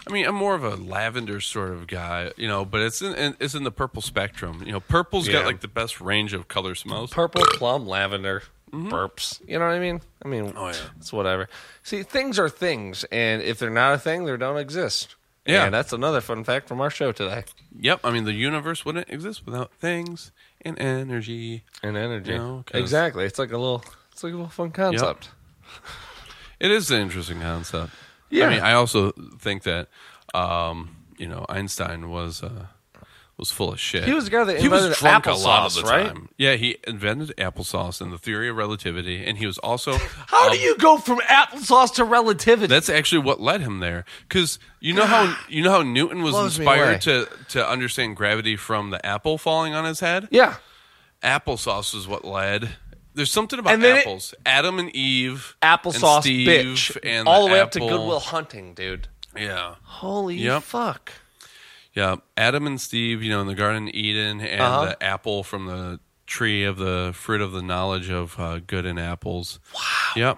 B: I mean, I'm more of a lavender sort of guy, you know, but it's in, in it's in the purple spectrum. You know, purple's
A: Yeah.
B: got like the best range of color smells.
A: Purple, plum, lavender, burps. You know what I mean? I mean,
B: Mm-hmm. Oh, yeah.
A: it's whatever. See, things are things, and if they're not a thing, they don't exist.
B: Yeah.
A: And that's another fun fact from our show today.
B: yep. I mean, the universe wouldn't exist without things and energy.
A: And energy.
B: You know, 'cause-
A: exactly. It's like a little. It's like a little fun concept.
B: It is an interesting concept.
A: Yeah.
B: I mean, I also think that, um, you know, Einstein was uh, was full of shit.
A: He was the guy that
B: he was
A: invented
B: drunk a lot of
A: applesauce,
B: the
A: right?
B: time. Yeah, he invented applesauce and the theory of relativity, and he was also
A: How
B: um,
A: do you go from applesauce to relativity?
B: That's actually what led him there, because you know how you know how Newton was
A: Blows me away.
B: inspired to to understand gravity from the apple falling on his head.
A: yeah.
B: Applesauce is what led. There's something about
A: And then it-
B: apples. Adam and Eve,
A: Applesauce,
B: and Steve,
A: bitch.
B: and
A: all the way up to
B: apple.
A: Goodwill Hunting, dude.
B: Yeah,
A: Holy
B: Yep.
A: fuck.
B: yeah. Adam and Steve, you know, in the Garden of Eden, and
A: Uh-huh.
B: the apple from the tree of the fruit of the knowledge of uh, good and apples. Wow. Yep.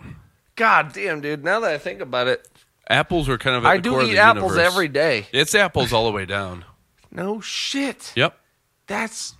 A: God damn, dude. Now that I think about it,
B: Apples are kind of. At
A: I
B: the
A: do
B: core of
A: eat
B: the
A: apples
B: universe.
A: every day.
B: It's apples all the way down.
A: No shit.
B: Yep.
A: That's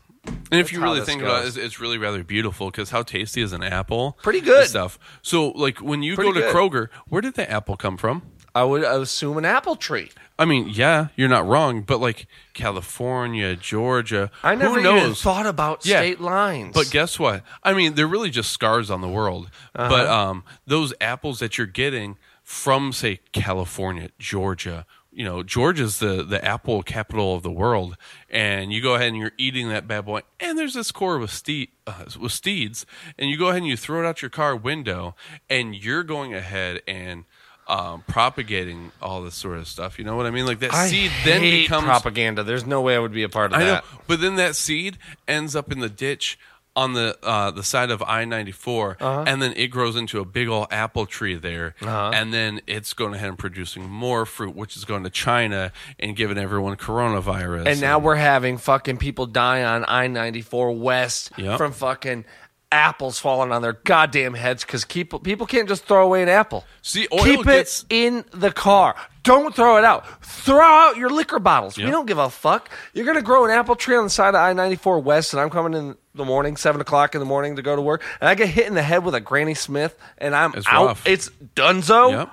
B: And if you
A: how
B: really
A: this
B: think about it,
A: goes.
B: it's, it's really rather beautiful because how tasty is an apple?
A: Pretty good.
B: and stuff. So, like when you
A: Pretty
B: go to
A: good.
B: Kroger, where did the apple come from?
A: I would assume an apple tree.
B: I mean, yeah, you're not wrong, but like California, Georgia,
A: I never
B: who knows?
A: even thought about
B: Yeah.
A: state lines.
B: But guess what? I mean, they're really just scars on the world.
A: Uh-huh.
B: But um, those apples that you're getting from, say, California, Georgia, you know, Georgia's the, the apple capital of the world. And you go ahead and you're eating that bad boy. And there's this core with, ste- uh, with steeds. And you go ahead and you throw it out your car window. And you're going ahead and um, propagating all this sort of stuff. You know what I mean? Like that
A: I
B: seed
A: hate
B: then becomes
A: propaganda. There's no way I would be a part of
B: I know,
A: that.
B: but then that seed ends up in the ditch on the uh, the side of I ninety four,
A: Uh-huh.
B: and then it grows into a big old apple tree there, and then it's going ahead and producing more fruit, which is going to China and giving everyone coronavirus.
A: And now we're having fucking people die on I 94 West
B: Yep.
A: from fucking apples falling on their goddamn heads because people, people can't just throw away an apple.
B: See, oil
A: Keep
B: gets-
A: it in the car. Don't throw it out. Throw out your liquor bottles. We
B: Yep.
A: don't give a fuck. You're going to grow an apple tree on the side of I 94 West, and I'm coming in the morning, 7 o'clock in the morning to go to work, and I get hit in the head with a Granny Smith, and I'm
B: It's
A: out.
B: rough.
A: It's dunzo.
B: Yep.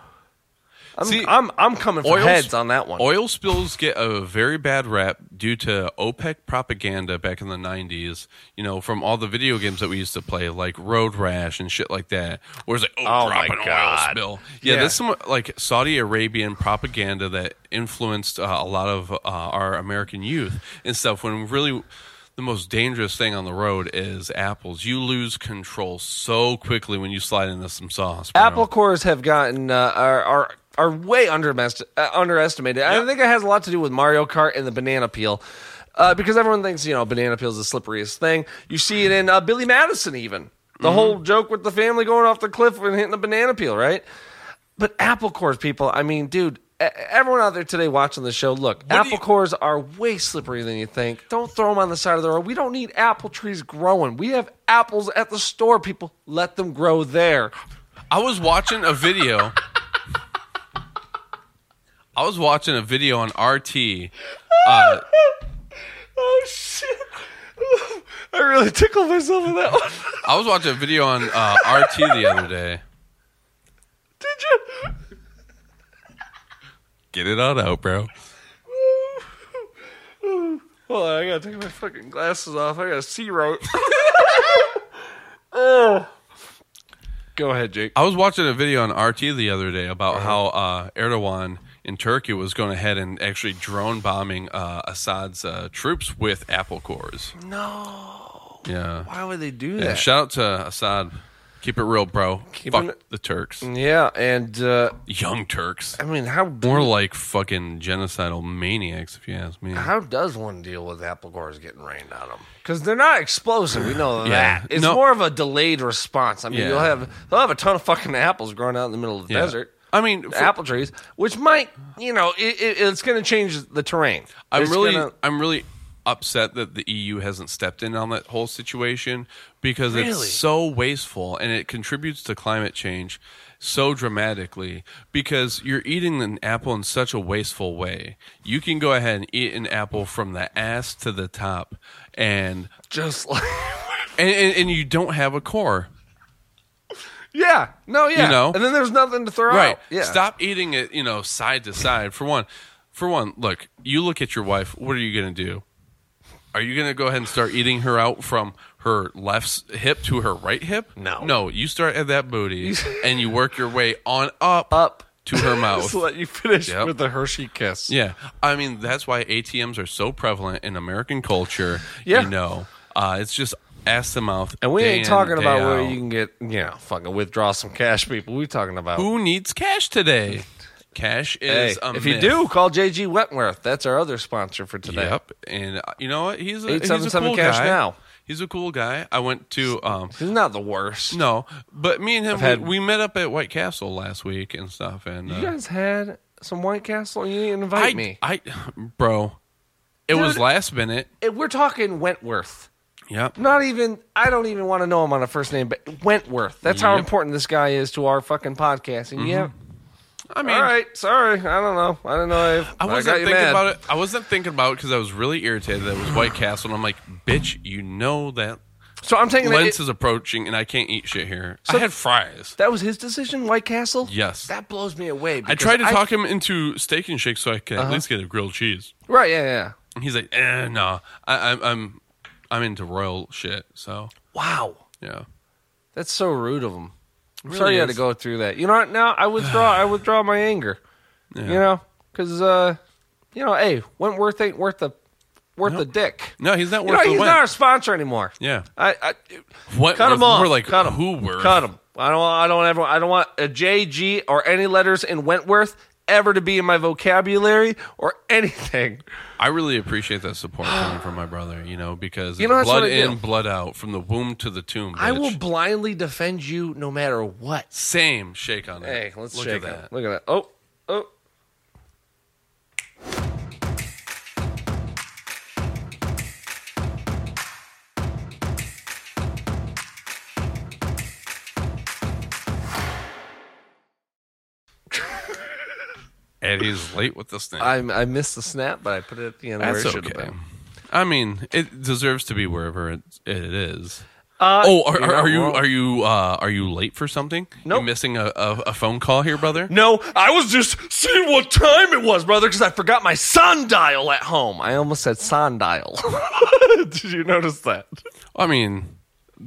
A: I'm,
B: See,
A: I'm, I'm coming for
B: Oil
A: heads
B: sp-
A: on that one.
B: Oil spills get a very bad rap due to OPEC propaganda back in the 90s, you know, from all the video games that we used to play, like Road Rash and shit like that, where it's like, oh,
C: Oh
B: drop
C: my
B: an
C: God.
B: oil spill. Yeah,
A: Yeah.
B: that's some like Saudi Arabian propaganda that influenced uh, a lot of uh, our American youth and stuff when really. The most dangerous thing on the road is apples. You lose control so quickly when you slide into some sauce. bro.
A: Apple cores have gotten uh, are are are way undermest- uh, underestimated. I think it has a lot to do with Mario Kart and the banana peel. Uh, because everyone thinks you know banana peel is the slipperiest thing. You see it in uh, Billy Madison, even the
B: Mm-hmm.
A: whole joke with the family going off the cliff and hitting the banana peel, right? But apple cores, people. I mean, dude, e- everyone out there today watching the show, look,
B: do
A: apple
B: you-
A: cores are way slipperier than you think. Don't throw them on the side of the road. We don't need apple trees growing. We have apples at the store, people. Let them grow there.
B: I was watching a video. I was watching a video on RT. Uh,
A: Oh shit! I really tickled myself with that one.
B: I was watching a video on uh, RT the other day.
A: Did you?
B: Get it on out, bro.
A: Hold on, I gotta take my fucking glasses off. I got a sea route. Go ahead, Jake.
B: I was watching a video on RT the other day about how uh, Erdogan in Turkey was going ahead and actually drone bombing uh, Assad's uh, troops with apple cores.
A: No.
B: Yeah.
A: Why would they do
B: yeah.
A: that?
B: Shout out to Assad. Keep it Mm. real, bro. Fuck
A: it-
B: the Turks.
A: Yeah, and uh,
B: Young Turks.
A: I mean, how do-
B: More like fucking genocidal maniacs, if you ask me.
A: how does one deal with apple cores getting rained on them? Because they're not explosive. We know
B: Yeah.
A: that. It's
B: No.
A: more of a delayed response. I mean,
B: Yeah.
A: you'll have they'll have a ton of fucking apples growing out in the middle of the
B: Yeah.
A: desert.
B: I mean, for-
A: apple trees, which might, you know, it, it, it's going to change the terrain.
B: I'm
A: It's
B: really,
A: gonna-
B: I'm really upset that the EU hasn't stepped in on that whole situation because
A: Really?
B: it's so wasteful and it contributes to climate change so dramatically because you're eating an apple in such a wasteful way. You can go ahead and eat an apple from the ass to the top and
A: just like,
B: and, and, and you don't have a core.
A: yeah, no, yeah,
B: You know?
A: and then there's nothing to throw
B: Right.
A: out. Yeah,
B: Stop eating it, you know, side to side. For one, for one, look, you look at your wife, what are you going to do? Are you going to go ahead and start eating her out from her left s- hip to her right hip?
A: No.
B: No, you start at that booty and you work your way on up,
A: Up.
B: to her
A: Just
B: mouth.
A: let you finish
B: Yep.
A: with the Hershey kiss.
B: yeah. I mean, that's why ATMs are so prevalent in American culture.
A: Yeah.
B: You know, uh, it's just ass to mouth.
A: And we
B: day
A: ain't
B: in,
A: talking
B: day
A: about where
B: out.
A: you can get, you know, fucking withdraw some cash, people. We talking about
B: Who needs cash today? Cash
A: Hey,
B: is a
A: if you
B: myth.
A: do, call JG Wentworth. That's our other sponsor for today.
B: Yep, and uh, you know what? He's a, he's a
A: 877
B: cool
A: cash
B: guy.
A: now.
B: He's a cool guy. I went to um
A: He's not the worst.
B: no, but me and him
A: had-
B: we, we met up at White Castle last week and stuff. And uh,
A: You guys had some White Castle. You didn't invite
B: I,
A: me.
B: I, bro, it was
A: Dude.
B: last minute.
A: And We're talking Wentworth.
B: Yep.
A: Not even. I don't even want to know him on a first name, but Wentworth. That's how
B: Yep. Mm-hmm.
A: important this guy is to our fucking podcast. And yeah,
B: I mean,
A: all right. Sorry, I don't know. I don't know. If,
B: I wasn't
A: got you
B: thinking
A: mad.
B: about it. I wasn't thinking about it because I was really irritated that it was White Castle, and I'm like, bitch, you know that
A: So I'm taking that.
B: Lent
A: It,
B: is approaching, and I can't eat shit here. I had fries.
A: that was his decision, White Castle.
B: Yes.
A: that blows me away.
B: I
A: because Uh-huh.
B: tried to talk him into steak and shake so I could at least get a grilled cheese.
A: Right? Yeah, yeah.
B: And he's like, eh, no, I, I'm, I'm, I'm into royal shit. So
A: Wow,
B: yeah,
A: that's so rude of him. I'm
B: Really
A: sorry you had to
B: is.
A: go through that. You know what? Now I withdraw. I withdraw my anger. You know, because uh, you know, hey, Wentworth ain't worth the worth the dick.
B: no, he's not
A: You know,
B: worth
A: he's
B: the win.
A: not our sponsor anymore.
B: yeah,
A: I, I
B: what?
A: Cut
B: we're,
A: him off.
B: We're like,
A: Cut him.
B: who were?
A: Cut them. I don't. I don't ever. I don't want a J, G, or any letters in Wentworth ever to be in my vocabulary or anything.
B: I really appreciate that support coming from my brother. You know, because
A: You know, that's
B: blood
A: what I
B: in,
A: do.
B: blood out, from the womb to the tomb.
A: I will
B: bitch.
A: blindly defend you no matter what.
B: Same shake on it.
A: Hey, let's
B: look
A: shake
B: at
A: it.
B: that.
A: Look at that. Oh, oh.
B: And he's late with the snap.
A: I I missed the snap, but I put it at the end where
B: that's
A: it should have
B: okay.
A: been.
B: I mean, it deserves to be wherever it, it is. oh,
A: Uh, you're
B: are, are, are
A: not
B: you
A: wrong.
B: are you uh, are you late for something?
A: Nope.
B: You missing a, a, a phone call here, brother?
A: No, I was just seeing what time it was, brother, because I forgot my sundial at home. I almost said sundial. Did you notice that?
B: I mean,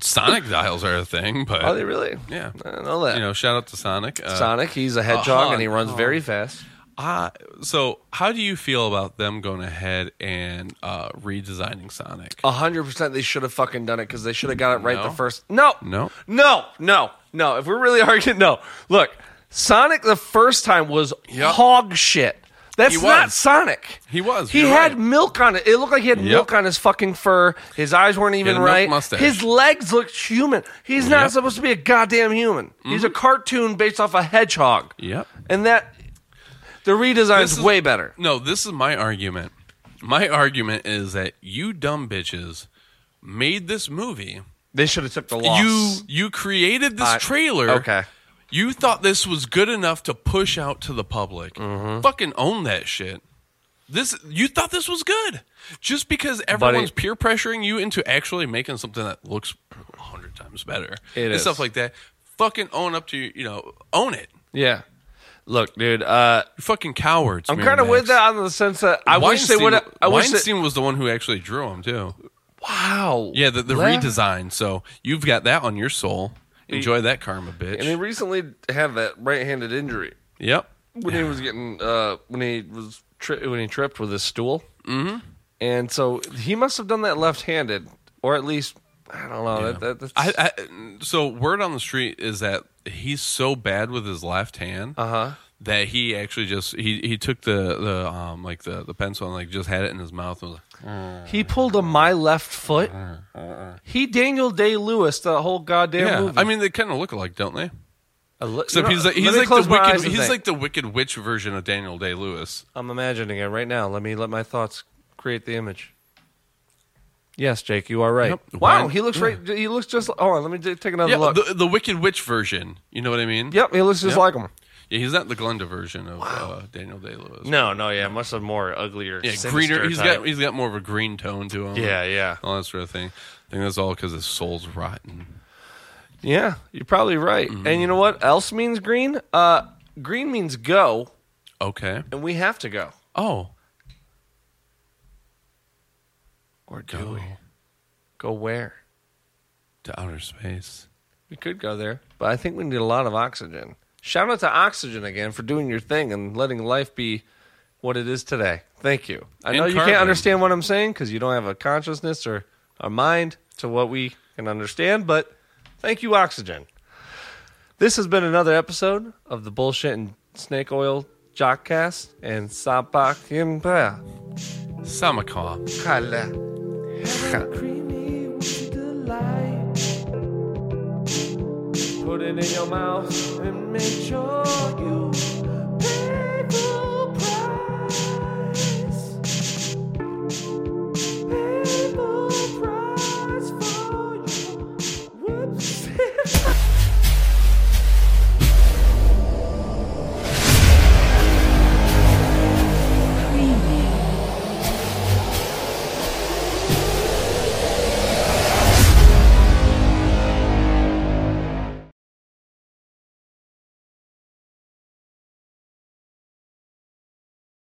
B: Sonic dials are a thing, but
A: Are they really?
B: yeah,
A: I didn't know that.
B: you know, shout out to Sonic. Uh,
A: Sonic, he's a hedgehog
B: uh-huh,
A: and he runs very fast.
B: ah, so, how do you feel about them going ahead and uh, redesigning Sonic?
A: A hundred percent, they should have fucking done it because they should have got it right
B: No.
A: the first. No,
B: No.
A: no, no, no. If we're really arguing, no. Look, Sonic the first time was
B: Yep.
A: hog shit. That's
B: He
A: not
B: was.
A: Sonic.
B: He was,
A: He
B: you're
A: had
B: right.
A: milk on it. It looked like he had milk on his fucking fur. His eyes weren't even
B: a milk
A: right.
B: mustache.
A: His legs looked human. He's not
B: Yep.
A: supposed to be a goddamn human. He's a
B: Mm-hmm.
A: cartoon based off a hedgehog.
B: Yep.
A: And that the redesign's
B: This is-
A: way better.
B: No, this is my argument. My argument is that you dumb bitches made this movie.
A: They should have took the
B: You you created this
A: I-
B: trailer.
A: okay.
B: You thought this was good enough to push out to the public.
A: Mm-hmm.
B: Fucking own that shit. This you thought this was good. Just because everyone's peer pressuring you into actually making something that looks 100 times better.
A: It
B: and
A: is.
B: stuff like that. Fucking own up to you know, own it.
A: yeah. Look, dude. Uh,
B: You fucking cowards.
A: I'm kind of with that on the sense that I wish they would. I wish they,
B: Weinstein was the one who actually drew him too.
A: wow.
B: Yeah, the, the
A: Laugh.
B: redesign. So you've got that on your soul. Enjoy that karma, bitch.
A: And he recently had that right-handed injury
B: yep.
A: when he was getting uh, when he was tri- when he tripped with his stool. Mm-hmm. And so he must have done that left-handed, or at least I don't know. That, that, that's,
B: I, I, so word on the street is that he's so bad with his left hand
A: Uh-huh.
B: that he actually just he, he took the the um like the, the pencil and like just had it in his mouth and was like,
A: he pulled a my left foot. Uh-huh. He Daniel Day Lewis the whole goddamn
B: yeah.
A: movie.
B: I mean, they kind of look alike, don't they?
A: I li-
B: Except
A: you know,
B: he's like he's
A: let me
B: like
A: close
B: the
A: my eyes
B: wicked
A: and
B: he's
A: think.
B: like the wicked witch version of Daniel Day Lewis.
A: I'm imagining it right now. Let me let my thoughts create the image. Yes, Jake, you are right.
B: Yep.
A: Wow,
B: Wine-
A: he looks right. He looks just. Hold on, let me d- take another
B: Yeah,
A: look.
B: the, the wicked witch version. You know what I mean?
A: yep, he looks just
B: Yep.
A: like him.
B: Yeah, he's not the Glenda version of uh, Daniel Day Lewis.
A: No, no, yeah, must have more uglier,
B: Yeah, greener. He's got he's got more of a green tone to him.
A: Yeah, yeah.
B: all that sort of thing. I think that's all because his soul's rotten.
A: yeah, you're probably right.
B: Mm-hmm.
A: And you know what else means green? Uh, green means go,
B: Okay.
A: and we have to go.
B: Oh,
A: Or do
B: go
A: we go where?
B: to outer space.
A: We could go there, but I think we need a lot of oxygen. Shout out to Oxygen again for doing your thing and letting life be what it is today. Thank you. I
B: And
A: know you
B: carbon.
A: can't understand what I'm saying because you don't have a consciousness or a mind to what we can understand, but thank you, Oxygen. This has been another episode of the Bullshit and Snake Oil Jockcast and Sapak
B: Samakaw.
A: Kala.
D: creamy with delight. Put it in your mouth and make sure you